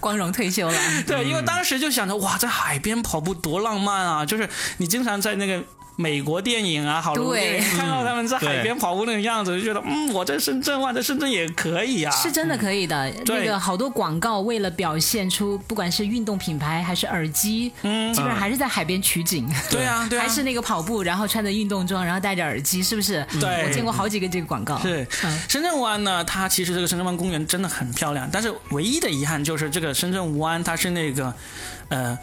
S2: 光荣退休了。
S1: 啊对，因为当时就想着哇，在海边跑步多浪漫啊！就是你经常在那个。美国电影啊、好莱坞电影，
S2: 对
S1: 看到他们在海边跑步那种样子，就觉得嗯，我在深圳哇，在深圳也可以啊。
S2: 是真的可以的。
S1: 对
S2: 那个好多广告为了表现出，不管是运动品牌还是耳机，基本上还是在海边取景。
S1: 嗯对啊，对啊，
S2: 还是那个跑步，然后穿着运动装，然后戴着耳机，是不是？
S1: 对
S2: 我见过好几个这个广告。
S1: 是
S2: 嗯
S1: 深圳湾呢，它其实这个深圳湾公园真的很漂亮，但是唯一的遗憾就是这个深圳湾它是那个，呃。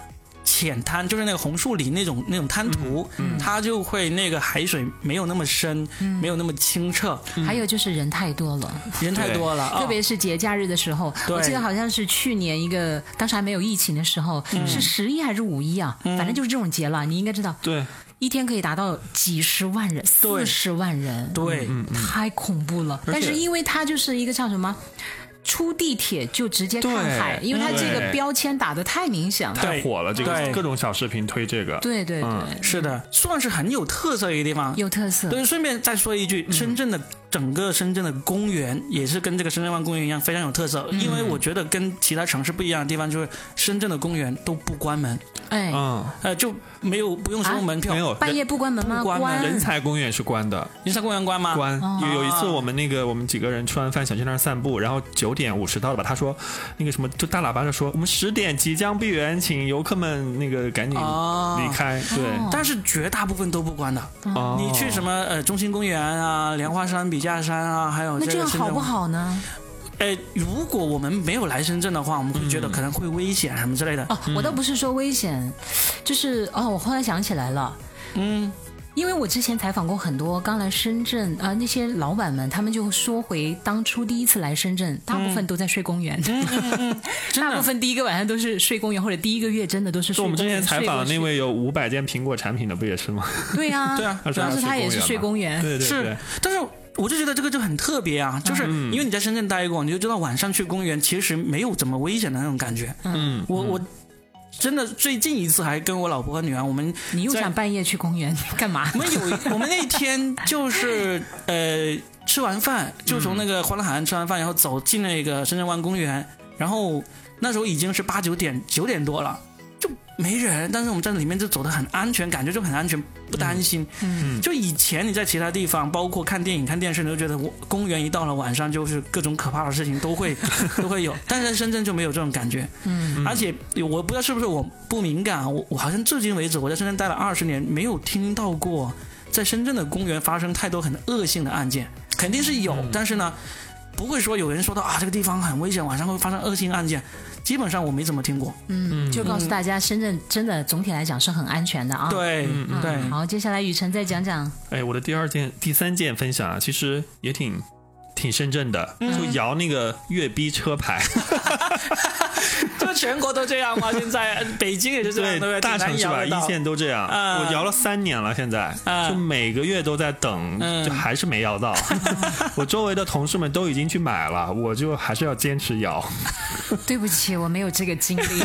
S1: 浅滩就是那个红树林那种那种滩涂，它就会那个海水没有那么深，没有那么清澈，
S2: 还有就是人太多了，
S1: 人太多了，啊
S2: 特别是节假日的时候，
S1: 对
S2: 我记得好像是去年一个当时还没有疫情的时候，
S1: 嗯
S2: 是十一还是五一啊？反正就是这种节了，你应该知道，
S3: 对，
S2: 一天可以达到几十万人，
S1: 对
S2: 四十万人，
S1: 对，
S2: 太恐怖了。
S3: 而且
S2: 但是因为它就是一个叫什么？出地铁就直接看
S3: 对
S2: 海，因为它这个
S3: 对
S2: 标签打得太明显了。
S1: 对
S3: 太火了，这
S1: 对
S3: 个各种小视频推这个，
S2: 对对对，
S1: 是的，算是很有特色的一个地方。
S2: 有特色。
S1: 嗯对，顺便再说一句，深圳的整个深圳的公园也是跟这个深圳湾公园一样非常有特色，因为我觉得跟其他城市不一样的地方就是深圳的公园都不关门，
S2: 哎，
S3: 嗯，
S1: 呃，就没有不用收
S2: 啊
S1: 门票。
S3: 没有
S2: 半夜不关门吗？
S1: 不关门
S2: 关。
S3: 人才公园是关的，
S1: 人山公园关吗？
S3: 关。
S2: 哦
S3: 有有一次我们那个我们几个人吃完饭想去那儿散步，然后九点五十到了吧，他说那个什么就大喇叭着说我们十点即将闭园，请游客们那个赶紧
S1: 哦
S3: 离开。对，
S1: 但是绝大部分都不关的。
S3: 哦
S1: 你去什么呃中心公园啊、莲花山、笔架山啊，还有
S2: 那
S1: 这
S2: 这
S1: 个
S2: 样
S1: 深
S2: 好
S1: 圳
S2: 不
S1: 湾。
S2: 好呢？
S1: 哎，如果我们没有来深圳的话，我们会觉
S3: 嗯
S1: 得可能会危险什么之类的。
S2: 哦，我倒不是说危险，就是哦，我后来想起来了，
S1: 嗯，
S2: 因为我之前采访过很多刚来深圳啊、呃那些老板们，他们就说回当初第一次来深圳，大部分都在睡公园， 大部分第一个晚上都是睡公园，或者第一个月真的都是
S3: 就
S2: 睡
S3: 我
S2: 公
S3: 们
S2: 园。
S3: 之前采访的那
S2: 睡
S3: 位有五百件苹果产品的不也是吗？
S2: 过去，对啊，
S1: 对啊
S3: 他说
S2: 当时他也是睡公园，
S3: 对对
S1: 是
S3: 对，，嗯
S1: 但是我就觉得这个就很特别啊，就是
S2: 嗯
S1: 因为你在深圳待过，你就知道晚上去公园其实没有怎么危险的那种感觉。
S3: 嗯，
S1: 我我真的最近一次还跟我老婆和女儿，我们
S2: 你又
S1: 在
S2: 想半夜去公园 干嘛
S1: 我？们有一我们那天就是呃吃完饭就从那个欢乐海岸吃完饭，然后走进那个深圳湾公园，然后那时候已经是八九点九点多了。就没人，但是我们在里面就走得很安全，感觉就很安全，不担心。
S2: 嗯
S1: 就以前你在其他地方，包括看电影、看电视，你都觉得我公园一到了晚上，就是各种可怕的事情都会都会有，但是在深圳就没有这种感觉。
S2: 嗯，
S1: 而且我不知道是不是我不敏感啊，我我好像至今为止我在深圳待了二十年，没有听到过在深圳的公园发生太多很恶性的案件，肯定是有，
S3: 嗯
S1: 但是呢，不会说有人说到啊这个地方很危险，晚上会发生恶性案件，基本上我没怎么听过。
S2: 嗯，就告诉大家，深圳真的总体来讲是很安全的啊。
S1: 对、
S2: 嗯
S1: 对，
S2: 好，接下来雨辰再讲讲，
S3: 哎，我的第二件、第三件分享啊，其实也挺挺深圳的，
S1: 嗯
S3: 就摇那个越逼车牌，
S1: 就全国都这样吗？现在北京也是这样， 对不对？
S3: 大
S1: 挺难
S3: 城市
S1: 摇
S3: 吧，
S1: 得到
S3: 一线都这样。
S1: 啊
S3: 我摇了三年了，现在、
S1: 啊
S3: 就每个月都在等，
S1: 嗯
S3: 就还是没摇 到。我周围的同事们都已经去买了，我就还是要坚 持摇。
S2: 对不起，我没有这个经历。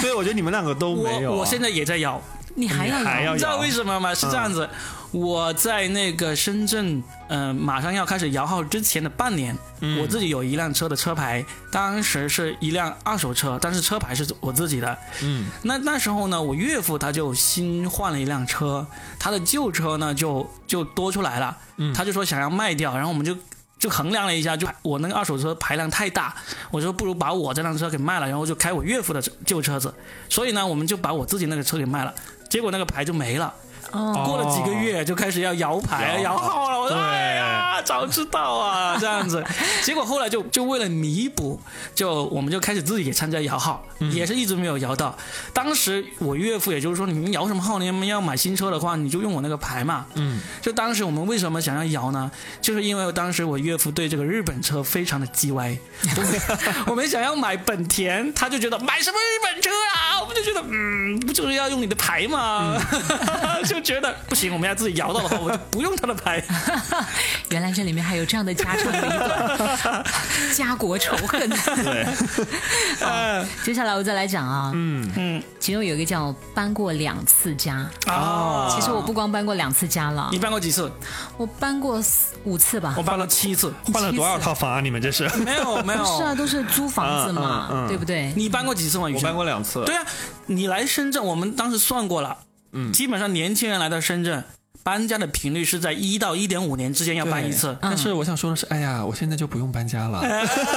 S3: 所以我觉得你们两个都没有啊、
S1: 我我现在也在摇，
S2: 你还要
S3: 你还
S2: 摇
S3: 要嗯
S1: 你知道为什么吗？是这样子，我在那个深圳，呃，马上要开始摇号之前的半年，
S3: 嗯
S1: 我自己有一辆车的车牌，当时是一辆二手车，但是车牌是我自己的。
S3: 嗯，
S1: 那那时候呢，我岳父他就新换了一辆车，他的旧车呢就就多出来了，
S3: 嗯
S1: 他就说想要卖掉，然后我们就。就衡量了一下，就我那个二手车排量太大，我说不如把我这辆车给卖了，然后就开我岳父的车旧车子。所以呢，我们就把我自己那个车给卖了，结果那个牌就没了。
S2: 哦，
S1: 过了几个月就开始要摇牌、
S3: 摇
S1: 摇号了。我说
S3: 对
S1: 哎呀，早知道 啊，这样子。结果后来就就为了弥补，就我们就开始自己也参加摇号，
S3: 嗯
S1: 也是一直没有摇到。当时我岳父也就是说，你们摇什么号呢？你们要买新车的话，你就用我那个牌嘛。
S3: 嗯，
S1: 就当时我们为什么想要摇呢？就是因为当时我岳父对这个日本车非常的叽 歪，就我们想要买本田，他就觉得买什么日本车啊？我们就觉得嗯，不就是要用你的牌吗？
S3: 嗯
S1: 就觉得不行，我们要自己摇到的话，我就不用他的牌。
S2: 原来这里面还有这样的家长里短，家国仇恨。
S3: 对，
S2: 接下来我再来讲啊，
S3: 嗯
S1: 嗯
S2: 其中有一个叫搬过两次家。
S1: 啊，
S2: 其实我不光搬过两次家了
S1: 你，搬过几次？
S2: 我搬过四五次吧
S1: 我。搬了七次。
S3: 换了多少套房啊？你们这是？
S1: 没有 没有，
S2: 是啊，都是租房子嘛，
S3: 嗯嗯嗯
S2: 对不对？
S1: 你搬过几次吗？雨辰
S3: 过两次
S1: 对啊，你来深圳，我们当时算过了，
S3: 嗯
S1: 基本上年轻人来到深圳。搬家的频率是在一到一点五年之间要搬一次。嗯
S3: 但是我想说的是，哎呀，我现在就不用搬家了。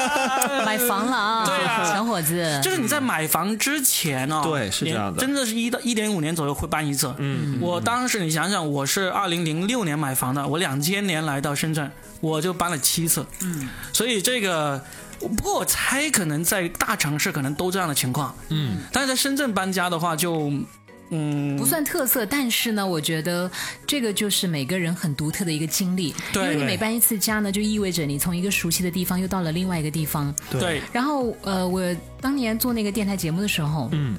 S2: 买房了啊，
S1: 对啊
S2: 小伙子，
S1: 就是你在买房之前哦，
S3: 对是这样的
S1: 你真的是一到一点五年左右会搬一次。嗯，我当时你想想，我是二零零六年买房的，我两千年来到深圳，我就搬了七次。嗯，所以这个。不过我猜，可能在大城市可能都这样的情况，
S3: 嗯，
S1: 但是在深圳搬家的话就，嗯，
S2: 不算特色，但是呢，我觉得这个就是每个人很独特的一个经历，因
S1: 对
S2: 为你每搬一次家呢，就意味着你从一个熟悉的地方又到了另外一个地方。
S1: 对，
S2: 然后呃，我当年做那个电台节目的时候，
S3: 嗯。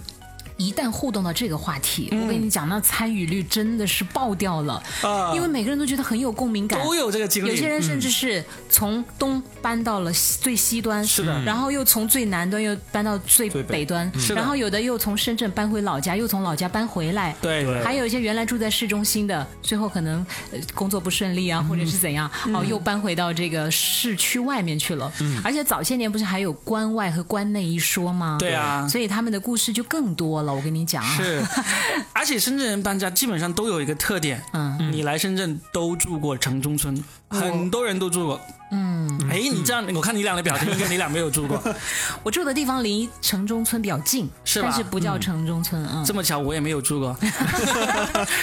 S2: 一旦互动到这个话题，我跟你讲，那参与率真的是爆掉了，
S1: 嗯啊
S2: 因为每个人都觉得很有共鸣感，
S1: 呃都有这嗯个经历。
S2: 有些人甚至是从东搬到了西最西端，
S1: 是的嗯
S2: 然后又从最南端又搬到最
S3: 最北
S2: 北端，
S1: 是的
S2: 然后有的又从深圳搬回老家，又从老家搬回来。
S1: 对对
S2: 还有一些原来住在市中心的，最后可能、呃、工作不顺利啊，或者是怎样，
S1: 嗯
S2: 哦，又搬回到这个市区外面去了。而且早些年不是还有关外和关内一说吗？
S1: 对啊
S2: 所以他们的故事就更多了。我跟你讲啊，
S1: 是，而且深圳人搬家基本上都有一个特点，
S2: 嗯，
S1: 你来深圳都住过城中村，很多人都住过。嗯，哎，你这样，我看你俩的表情，应该你俩没有住 过。
S2: 我住的地方离城中村比较近，
S1: 是吧
S2: 但是不叫城中村啊。嗯
S1: 这么巧，我也没有住过，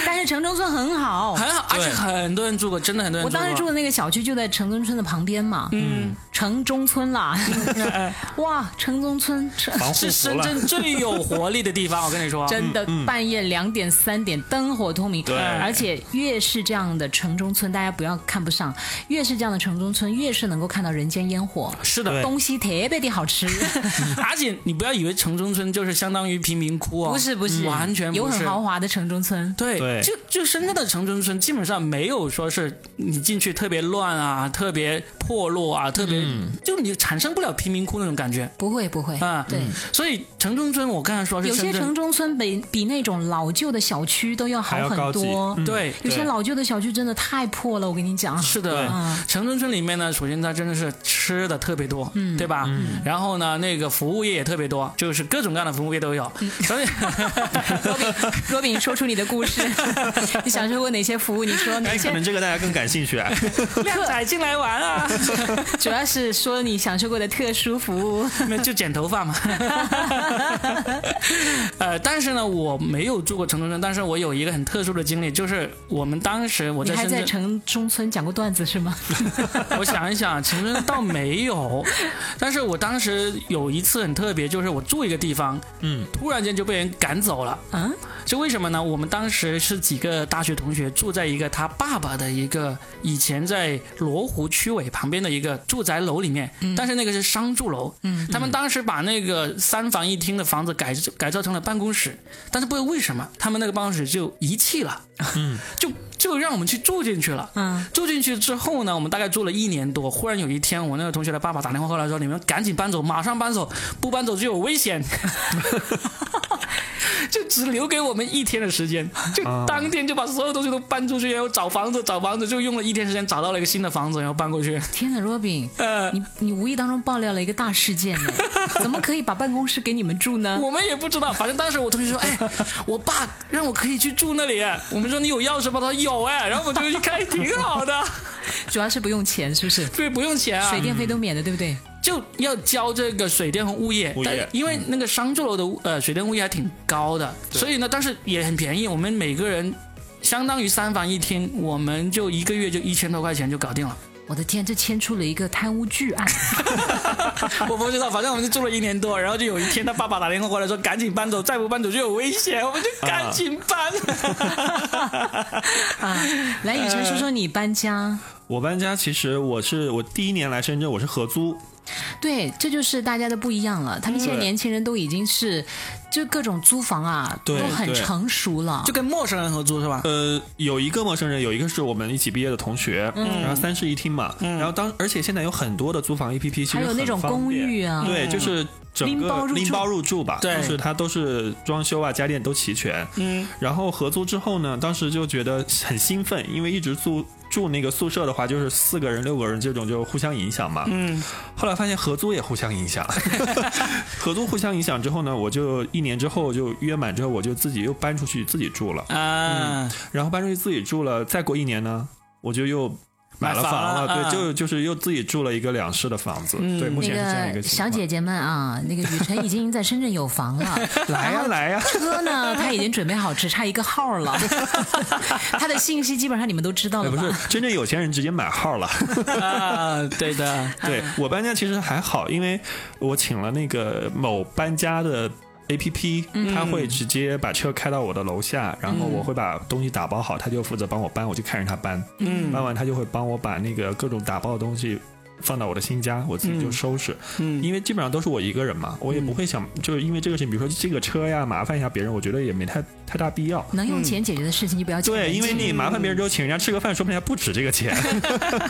S2: 但是城中村很好，
S1: 很好，而且很多人住过，真的很多人
S2: 我
S1: 住过。
S2: 当时住的那个小区就在城中村的旁边嘛，嗯，城中村啦，
S1: 嗯 哎
S2: 哇，城中村，城
S3: 防护
S1: 是
S3: 服
S1: 深
S3: 了。
S1: 圳最有活力的地方，我跟你说。
S2: 真的半夜两点三点灯火通明，
S3: 啊嗯对
S2: 而且越是这样的城中村，大家不要看不上，越是这样的城中村，越是能够看到人间烟火，
S1: 是的，
S2: 东西特别的好 吃，
S1: 而且你不要以为城中村就是相当于贫民窟哦，
S2: 不是不是，
S1: 完全
S2: 嗯有
S1: 不
S2: 很
S1: 是。
S2: 豪华的城中村，
S1: 对，
S3: 对
S1: 就就深圳的城中村基本上没有说是你进去特别乱啊，特别破落啊，特别、
S3: 嗯
S1: 就你产生不了贫民窟那种感觉
S2: 不会不会，
S1: 啊。
S2: 对。
S3: 嗯
S1: 所以城中村我刚才说是
S2: 有些
S1: 深圳
S2: 城中村比比那种老旧的小区都要好
S3: 还要高
S2: 很
S3: 级
S2: 多，
S3: 嗯
S1: 对。
S2: 有些
S3: 对
S2: 老旧的小区真的太破了，我跟你 讲。
S1: 是的
S3: 对，
S2: 嗯
S1: 城中村里面呢，首先它真的是吃的特别多，
S2: 嗯
S1: 对吧？
S3: 嗯
S1: 然后呢，那个服务业也特别多，就是各种各样的服务业都有。
S2: 嗯
S1: 所以，
S2: 罗饼，说出你的故 事，你享受过哪些服务？你说哪
S3: 哎，可
S2: 些
S3: 能？这个大家更感兴趣、 啊。
S1: 靓仔进来玩啊，
S2: 主要是说你享受过的特殊服务。
S1: 没有就剪头发嘛。 呃，但是呢，我没有住过城中村，但是我有一个很特殊的经历，就是我们当时我
S2: 你
S1: 在
S2: 还
S1: 深
S2: 在
S1: 圳，
S2: 城中村讲过段子是吗？
S1: 我想一想，城中村倒没有，但是我当时有一次很特别，就是我住一个地方，
S3: 嗯，
S1: 突然间就被人赶走了。
S2: 嗯，
S1: 这为什么呢？我们当时是几个大学同学住在一个他爸爸的一个以前在罗湖区委旁边的一个住宅楼里面，但是那个是商住楼。嗯，他们当时把那个三房一厅的房子改改造成了办公室，但是不知道为什么他们那个办公室就遗弃了，嗯， 就就让我们去住进去了。
S2: 嗯，
S1: 住进去之后呢，我们大概住了一年多。忽然有一天，我那个同学的爸爸打电话过来说：“你们赶紧搬走，马上搬走，不搬走就有危险。” 就只留给我们一天的时间，就当天就把所有东西都搬出去，然后找房子，找房子就用了一天时间找到了一个新的房子，然后搬过去。
S2: 天哪，罗宾，
S1: 呃，
S2: 你你无意当中爆料了一个大事件呢，怎么可以把办公室给你们住呢？
S1: 我们也不知道，反正当时我同学说，哎，我爸让我可以去住那里，我们说你有钥匙吗？他说有哎，然后我们就去开，挺好的，
S2: 主要是不用钱，是不是？
S1: 对，不用钱啊
S2: 水，电费都免的，对不对？
S1: 就要交这个水电和物业，
S3: 物业
S1: 但因为那个商住楼的物呃水电物业还挺高的，
S3: 对
S1: 所以呢，但是也很便宜，我们每个人。相当于三房一厅，我们就一个月就一千多块钱就搞定了。
S2: 我的天，这牵出了一个贪污巨案。
S1: 我不知道，反正我们就住了一年多，然后就有一天他爸爸打电话过来说赶紧搬走，再不搬走就有危险，我们就赶紧搬。
S2: 啊，来，雨辰说说你搬家。
S3: 我搬家，其实我是我第一年来深圳，我是合租，
S2: 对，这就是大家的不一样了。他们现在
S3: 对
S2: 年轻人都已经是，就各种租房啊，都
S3: 对
S2: 很
S3: 对
S2: 成熟了
S1: 就。跟陌生人合租是吧？
S3: 呃，有一个陌生人，有一个是我们一起毕业的同学，
S1: 嗯
S3: 然后三室一厅嘛，然后当而且现在有很多的租房 APP，其实
S2: 还有那种
S3: 很方便
S2: 公寓啊
S3: 对，就是。整
S2: 拎
S3: 个
S2: 包入
S3: 拎
S2: 住
S3: 包入住吧，
S1: 对
S3: 就是它都是装修啊、家电都齐全。
S1: 嗯，
S3: 然后合租之后呢，当时就觉得很兴奋，因为一直住住那个宿舍的话，就是四个人、六个人这种就互相影响嘛。
S1: 嗯，
S3: 后来发现合租也互相影响， 合租互相影响之后呢，我就一年之后就约满之后，我就自己又搬出去自己住了。
S1: 啊，
S3: 然后搬出去自己住了，再过一年呢，我就又买了
S1: 买房
S3: 了，
S1: 了啊
S3: 对，就就是又自己住了一个两室的房子，
S1: 嗯
S3: 对，目前
S2: 那
S3: 是这样一
S2: 个
S3: 情
S2: 小
S3: 况。
S2: 姐姐们啊，那个雨辰已经在深圳有房了，
S3: 来呀、来呀、
S2: 车呢他已经准备好，只差一个号了。他的信息基本上你们都知道
S3: 哎
S2: 了
S3: 不
S2: 吧？
S3: 是，真正有钱人直接买号了。
S1: 啊，对的，
S3: 对我搬家其实还好，因为我请了那个某搬家的 A P P，他
S1: 嗯
S3: 会直接把车开到我的楼下，然后我会把东西打包好，他就负责帮我搬，我就看着他搬，
S1: 嗯
S3: 搬完他就会帮我把那个各种打包的东西。放到我的新家，我自己就
S1: 嗯
S3: 收拾，
S1: 嗯
S3: 因为基本上都是我一个人嘛，我也不会想，就是因为这个事情，比如说这个车呀，麻烦一下别人，我觉得也没太太大必要。
S2: 能用钱解决的事情就不要钱。
S3: 对，因为你麻烦别人之后，请人家吃个饭，说不定还不止这个钱。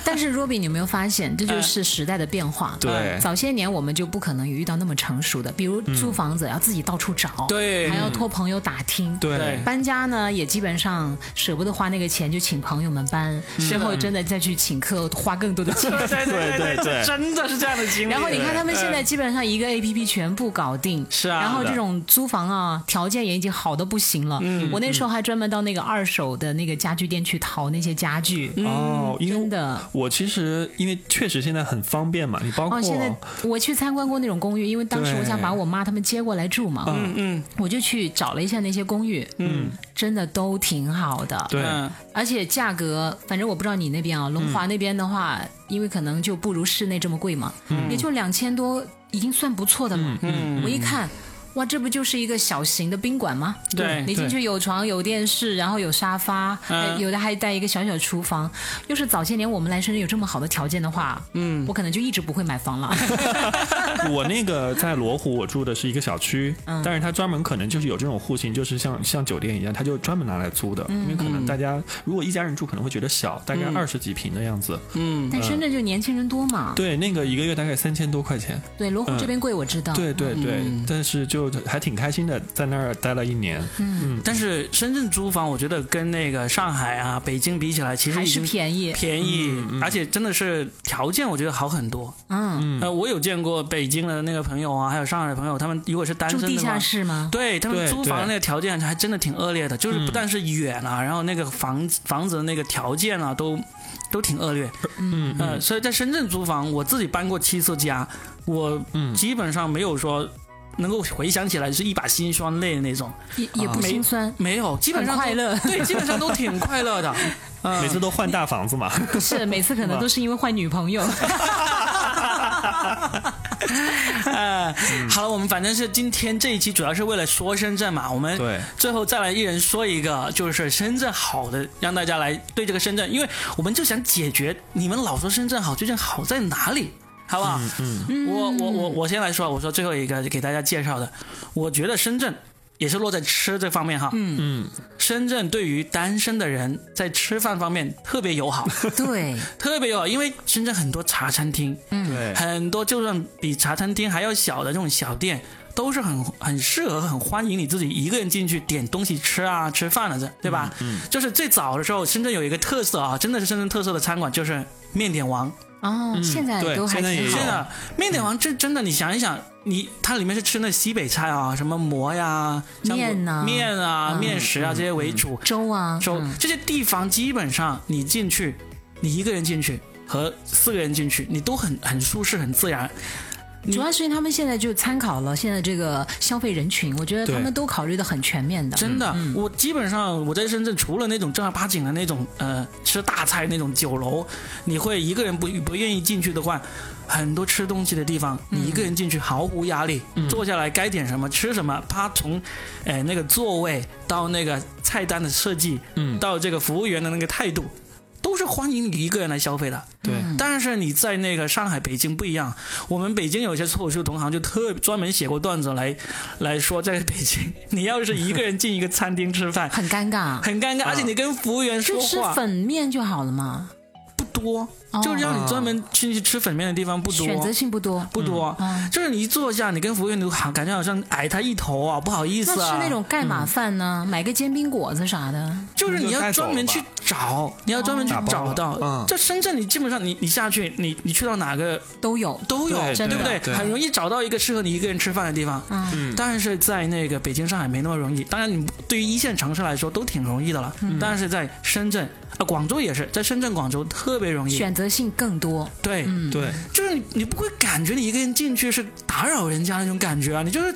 S2: 但是 Robin，你有没有发现这就是时代的变化？
S3: 哎对
S2: 早些年我们就不可能有遇到那么成熟的，比如租房子要自己到处
S3: 嗯
S2: 找，
S1: 对
S2: 还要托朋友打听，
S1: 对
S2: 搬家呢，也基本上舍不得花那个钱，就请朋友们搬，之后真的再去请客，花更多的钱。
S1: 对
S3: 嗯 对对对
S1: 真的是这样的经历。
S2: 然后你看他们现在基本上一个 A P P 全部搞定，
S1: 是啊
S2: 然后
S1: 是
S2: 这种租房啊，条件也已经好的不行了。嗯，我那时候还专门到那个二手的那个家具店去淘那些家具，
S3: 哦，因为
S2: 真的。
S3: 我其实因为确实现在很方便嘛，你包括、
S2: 哦，现在我去参观过那种公寓，因为当时
S3: 对
S2: 我想把我妈他们接过来住嘛，
S1: 嗯嗯
S2: 我就去找了一下那些公寓，嗯，真的都挺好的，
S3: 对、
S1: 嗯
S2: 而且价格，反正我不知道你那边啊，龙华那边的话，因为可能就不如室内这么贵嘛，也就两千多，已经算不错的了。
S1: 嗯
S2: 我一看。哇，这不就是一个小型的宾馆吗？
S1: 对
S2: 你进去有床有电视，然后有沙发，
S1: 嗯
S2: 还有的还带一个小小厨房。要是早些年我们来深圳有这么好的条件的话，嗯，我可能就一直不会买 房了。
S3: 我那个在罗湖，我住的是一个小区，
S2: 嗯
S3: 但是它专门可能就是有这种户型，就是像像酒店一样，它就专门拿来租的，
S2: 嗯
S3: 因为可能大家如果一家人住可能会觉得小，大概二十几平的样子。
S1: 嗯，
S2: 但深圳就年轻人多嘛，
S3: 对，那个一个月大概三千多块钱。
S2: 对，罗湖这边贵我知道。
S3: 对对对，
S2: 嗯
S3: 但是就还挺开心的，在那儿待了一年。
S1: 但是深圳租房，我觉得跟那个上海啊、北京比起来，其实
S2: 还
S1: 已
S2: 是
S1: 经
S2: 便宜。
S1: 便宜，而且真的是条件我觉得好很多。
S2: 嗯，
S1: 呃，我有见过北京的那个朋友啊，还有上海的朋友，他们如果是单
S2: 住
S1: 身
S2: 地
S1: 的
S2: 下
S1: 话。
S2: 室吗？
S1: 对他们
S3: 对
S1: 租
S3: 对嗯
S1: 房那个条件还真的挺恶劣的，就是不但是远啊，然后那个房子房子的那个条件啊，都都挺恶劣。
S3: 嗯
S1: 呃，所以在深圳租房，我自己搬过七次家，我
S3: 嗯
S1: 基本上没有说能够回想起来是一把辛酸泪的那种，
S2: 也也不心酸。
S1: 啊没有，基本上都
S2: 很快乐
S1: 对，基本上都挺快乐的。
S2: 嗯
S3: 每次都换大房子嘛，
S2: 是，每次可能都是因为换女朋友。
S1: 呃，好了，我们反正是今天这一期主要是为了说深圳嘛，我们
S3: 对
S1: 最后再来一人说一个，就是深圳好的，让大家来对这个深圳，因为我们就想解决你们老说深圳好，究竟好在哪里，好不好？嗯，我我我我先来说，我说最后一个给大家介绍的，我觉得深圳。也是落在吃这方面哈，嗯嗯，深圳对于单身的人在吃饭方面特别 友好，
S2: 对，
S1: 特别友好，因为深圳很多茶餐厅，
S2: 嗯
S3: 对
S1: 很多就算比茶餐厅还要小的这种小店，都是很很适合、很欢迎你自己一个人进去点东西吃啊、吃饭的，这对吧？嗯，就是最早的时候，深圳有一个特色啊，真的是深圳特色的餐馆就是面点王。
S2: 哦，现在
S3: 对
S2: 都还
S3: 现在也
S2: 挺
S3: 有
S2: 好
S1: 真
S2: 的。
S1: 的，面点王这真的，你想一想，你它里面是吃那西北菜啊，什么馍呀、像
S2: 面呐
S1: 面啊、
S2: 嗯
S1: 面食啊这些为主，
S2: 粥啊，
S1: 周、
S2: 嗯
S1: 这些地方基本上你进去，你一个人进去和四个人进去，你都很很舒适、很自然。你
S2: 主要是因为他们现在就参考了现在这个消费人群，我觉得
S3: 对
S2: 他们都考虑的很全面的。
S1: 真的，我基本上我在深圳，除了那种正儿八经的那种呃吃大菜那种酒楼，你会一个人不不愿意进去的话，很多吃东西的地方，你一个人进去毫无压力，坐下来该点什么吃什么，他从，呃那个座位到那个菜单的设计，
S3: 嗯
S1: 到这个服务员的那个态度，都是欢迎你一个人来消费的。
S3: 对，
S2: 嗯
S1: 但是你在那个上海、北京不一样，我们北京有些脱口秀同行就特专门写过段子来 来说，在北京你要是一个人进一个餐厅吃饭，
S2: 很尴尬，
S3: 啊
S1: 很尴尬，而且你跟服务员说
S2: 就吃
S1: 话
S2: 粉面就好了嘛。
S1: 不多，
S2: 哦
S1: 就是让你专门去吃粉面的地方不多，
S2: 选择性不多。
S1: 不多。
S2: 嗯
S1: 就是你一坐下，你跟服务员都好，感觉好像矮他一头啊，不好意
S2: 嗯那
S1: 思啊。
S2: 吃那种盖码饭呢？买个煎饼果子啥的，
S1: 就是你要专门去找，你要专门去找
S3: 打
S1: 到
S3: 包。了嗯
S1: 在深圳，你基本上你你下去，你你去到哪个
S2: 都有。
S1: 都有，
S3: 对
S1: 对
S2: 真的
S1: 不对？
S3: 对
S1: 很容易找到一个适合你一个人吃饭的地方。
S2: 嗯，
S3: 嗯
S1: 但是在那个北京、上海没那么容易。当然，你对于一线城市来说都挺容易的了，但是在深圳、啊广州也是，在深圳、广州特别容易。
S2: 选择性更多。
S1: 对，
S2: 嗯，
S3: 对，
S1: 就是你你不会感觉你一个人进去是打扰人家那种感觉啊，你就是。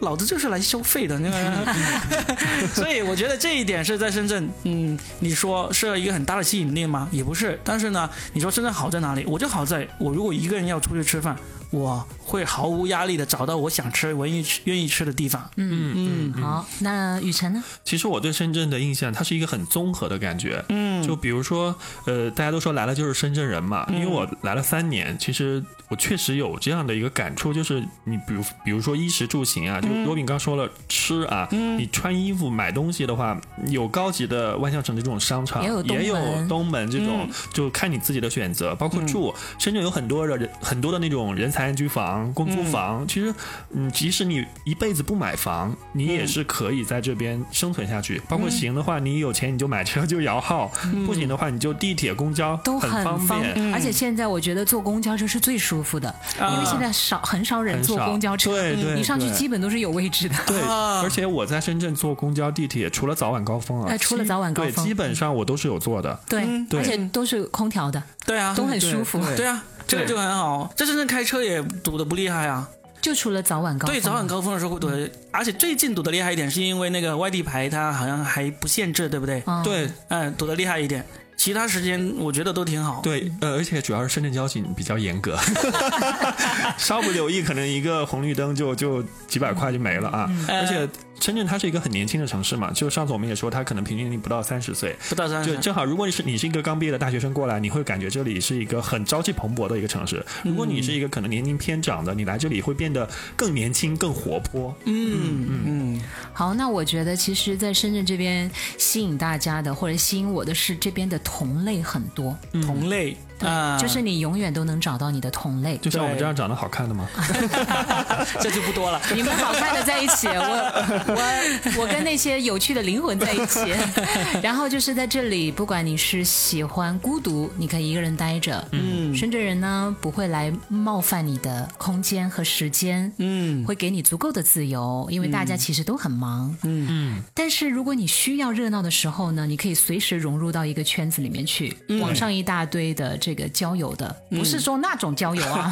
S1: 老子就是来消费的，那 个所以我觉得这一点是在深圳，嗯，你说是一个很大的吸引力吗？也不是。但是呢，你说深圳好在哪里？我就好在我如果一个人要出去吃饭，我会毫无压力的找到我想吃、我愿意吃、愿意吃的地方。
S2: 嗯
S1: 嗯
S2: 好，那雨辰呢？
S3: 其实我对深圳的印象，它是一个很综合的感觉。嗯，就比如说，呃，大家都说来了就是深圳人嘛，
S2: 嗯
S3: 因为我来了三年，其实我确实有这样的一个感触，就是你比如比如说衣食住行啊，就
S2: 嗯
S3: 罗炳刚说了吃啊，你穿衣服买东西的话，有高级的万象城的这种商场，
S2: 也
S3: 也
S2: 有东门嗯
S3: 东门这种，就看你自己的选择，包括住。深圳有很多的人很多的那种人才安居房、公租房，其实嗯，即使你一辈子不买房，
S2: 嗯
S3: 你也是可以在这边生存下去。包括行的话，你有钱你就买车就摇号，不行的话你就地铁、公交
S2: 嗯都
S3: 方
S2: 方
S3: 便。
S2: 而且现在我觉得坐公交车是最舒服的，因为现在少很少人
S3: 啊很
S2: 坐
S3: 少
S2: 公交车，嗯
S3: 对对
S2: 你上去
S3: 对
S2: 基本都是有位置的。
S3: 对，
S1: 啊
S3: 而且我在深圳坐公交、地铁，除了早晚高峰啊，
S2: 哎除了
S3: 基
S2: 早晚高峰
S3: 对，基本上我都是有坐的。
S2: 对，
S3: 对
S2: 而且都是空调的，
S1: 对啊，
S2: 都很舒服。
S1: 对啊，这个就很好。在深圳开车也堵得不厉害啊。
S2: 就除了早晚高峰，啊嗯
S1: 对，早晚高峰的时候会堵得，而且最近堵得厉害一点，是因为那个外地牌它好像还不限制，对不对？
S2: 嗯，
S3: 对
S1: 嗯，堵得厉害一点，其他时间我觉得都挺好。，
S3: 对，呃，而且主要是深圳交警比较严格，稍不留意，可能一个红绿灯就就几百块就没了啊。而且深圳它是一个很年轻的城市嘛，就上次我们也说，它可能平均年龄不到三十岁。
S1: 不到三
S3: 就
S1: 十。
S3: 正好，如果你是你是一个刚毕业的大学生过来，你会感觉这里是一个很朝气蓬勃的一个城市。如果你是一个可能年龄偏长的，你来这里会变得更年轻、更活泼。
S1: 嗯嗯
S2: 好，那我觉得其实，在深圳这边吸引大家的，或者吸引我的是这边的同类很多，
S1: 嗯，同类啊，
S2: 就是你永远都能找到你的同类。
S3: 就像我们
S1: 对
S3: 这样长得好看的吗？
S1: 这就不多 了。
S2: 你们好看的在一起，我我我跟那些有趣的灵魂在一起。然后就是在这里，不管你是喜欢孤独，你可以一个人待着。嗯，深圳人呢不会来冒犯你的空间和时间，
S1: 嗯
S2: 会给你足够的自由，因为大家其实都很忙。嗯嗯。但是如果你需要热闹的时候呢，你可以随时融入到一个圈子里面去。网上一大堆的这个交友的，不是说那种交友啊，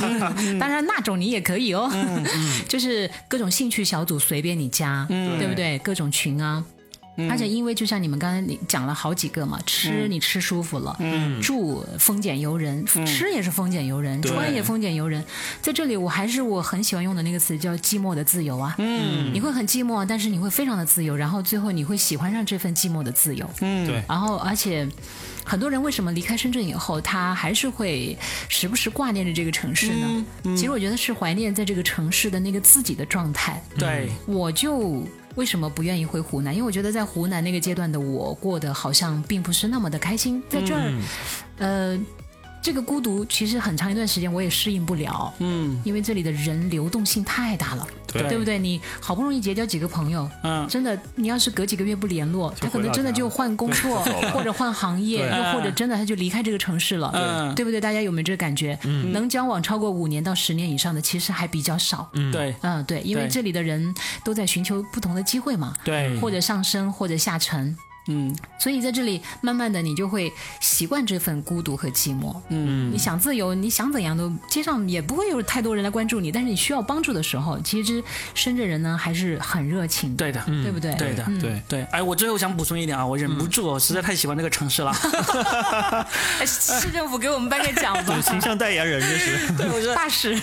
S2: 当然那种你也可以哦， 就是各种兴趣小组随便你加，对不对？各种群啊。而且，因为就像你们刚才你讲了好几个嘛，吃你吃舒服了，住丰俭由人，吃也是丰俭由人，
S3: 对
S2: 穿也丰俭由人。在这里，我还是我很喜欢用的那个词叫寂寞的自由啊。嗯，你会很寂寞，但是你会非常的自由，然后最后你会喜欢上这份寂寞的自由。
S1: 嗯
S3: 对
S2: 然后，而且很多人为什么离开深圳以后，他还是会时不时挂念着这个城市呢？其实我觉得是怀念在这个城市的那个自己的状态。
S1: 对，
S2: 我就为什么不愿意回湖南？因为我觉得在湖南那个阶段的我过得好像并不是那么的开心，在这
S3: 嗯
S2: 儿，呃。这个孤独其实很长一段时间我也适应不了，
S1: 嗯
S2: 因为这里的人流动性太大了，
S3: 对
S2: 对不对？你好不容易结交几个朋友，
S1: 嗯
S2: 真的，你要是隔几个月不联络，他可
S3: 回
S2: 能
S3: 到
S2: 真的
S3: 家
S2: 就换工作
S3: 就走了
S2: 或者换行业，
S3: 对
S2: 又或者真的他就离开这个城市了，
S1: 嗯
S2: 对不对？大家有没有这个感觉？
S3: 嗯
S2: 能交往超过五年到十年以上的其实还比较少。
S1: 对
S2: 嗯，对，因为
S1: 对
S2: 这里的人都在寻求不同的机会嘛，
S1: 对，
S2: 或者上升，或者下沉，
S1: 嗯
S2: 所以在这里慢慢的你就会习惯这份孤独和寂寞。
S1: 嗯
S2: 你想自由，你想怎样都，街上也不会有太多人来关注你，但是你需要帮助的时候，其实深圳人呢还是很热情的，
S1: 对的。
S2: 对不对？
S1: 对的，
S2: 嗯
S3: 对，
S1: 对，哎，我最后想补充一点啊，我忍不住，我实在太喜欢这个城 市了。
S2: 哎市政府给我们颁个奖吧
S3: 对，，形象代言人就是
S1: 对，我觉得，
S2: 大使。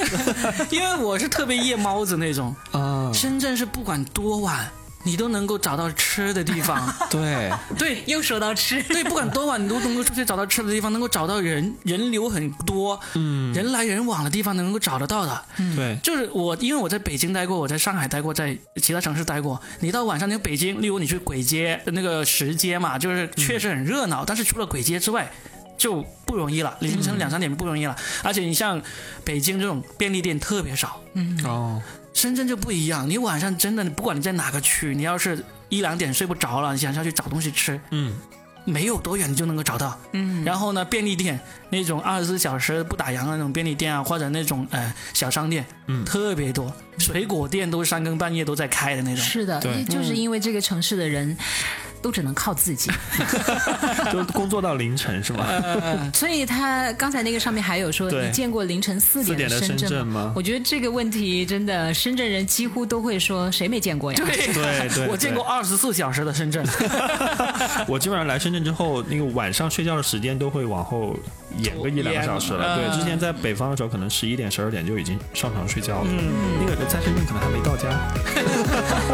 S1: 因为我是特别夜猫子那种，
S2: 嗯
S3: 啊，
S1: 深圳是不管多晚，你都能够找到吃的地方。
S3: 对，
S1: 对，
S2: 又说到吃，
S1: 对，不管多晚，你都能够出去找到吃的地方，能够找到 人，人流很多，嗯，人来人往的地方能够找得到的。
S3: 对，
S1: 就是我，因为我在北京待过，我在上海待过，在其他城市待过。你到晚上，那个北
S2: 嗯
S1: 京，例如你去簋街那个石街嘛，就是确实很热闹，但是除了簋街之外。就不容易了，凌
S2: 嗯
S1: 晨两三点不容易了。而且你像北京这种便利店特别少，
S3: 哦，
S1: 深圳就不一样。你晚上真的，你不管你在哪个区，你要是一两点睡不着了，你想下去找东西吃，
S3: 嗯，
S1: 没有多远你就能够找到。嗯，然后呢，便利店那种二十四小时不打烊的那种便利店啊，或者那种呃小商店，
S3: 嗯
S1: 特别多，水果店都是三更半夜都在开的那种。
S2: 是的，
S3: 对
S2: 因为
S1: 嗯
S2: 就是因为这个城市的人都只能靠自己，
S3: 就工作到凌晨是吗？
S2: 所以他刚才那个上面还有说，
S3: 对
S2: 你见过凌晨四
S3: 四
S2: 点
S3: 点的
S2: 深
S3: 深
S2: 圳
S3: 圳
S2: 吗？
S3: 吗？
S2: 我觉得这个问题真的，深圳人几乎都会说，谁没见过呀？
S1: 对
S3: 对对
S1: 我见过
S3: 对
S1: 二十四小时的深圳，
S3: 我基本上来深圳之后，那个晚上睡觉的时间都会往后延个一两个小时了。
S1: 延嗯
S3: 对，之前在北方的时候，可能十一点、十二点就已经上床睡觉了。嗯，那个在深圳可能还没到家。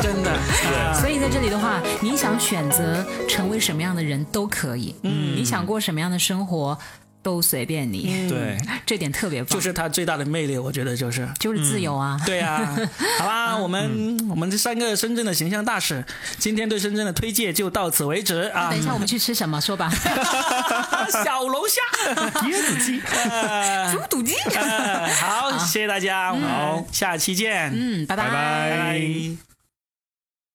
S1: 真 的。嗯
S2: 所以在这里的话，你想选择成为什么样的人都可以，嗯，你想过什么样的生活都随便你，
S3: 嗯对，
S2: 这点特别棒，
S1: 就是它最大的魅力，我觉得就是。
S2: 就是自由
S3: 嗯
S2: 啊。
S1: 对啊，好
S2: 嗯
S1: 啦，我们、我们这三个深圳的形象大使，今天对深圳的推介就到此为止啊
S2: 等。一下我们去吃什么？ 说吧，
S1: 小龙虾， 呃椰子鸡，
S2: 猪肚 鸡。
S1: 好，谢谢大家，我们下期见，
S2: 嗯，拜
S3: 拜拜
S1: 拜拜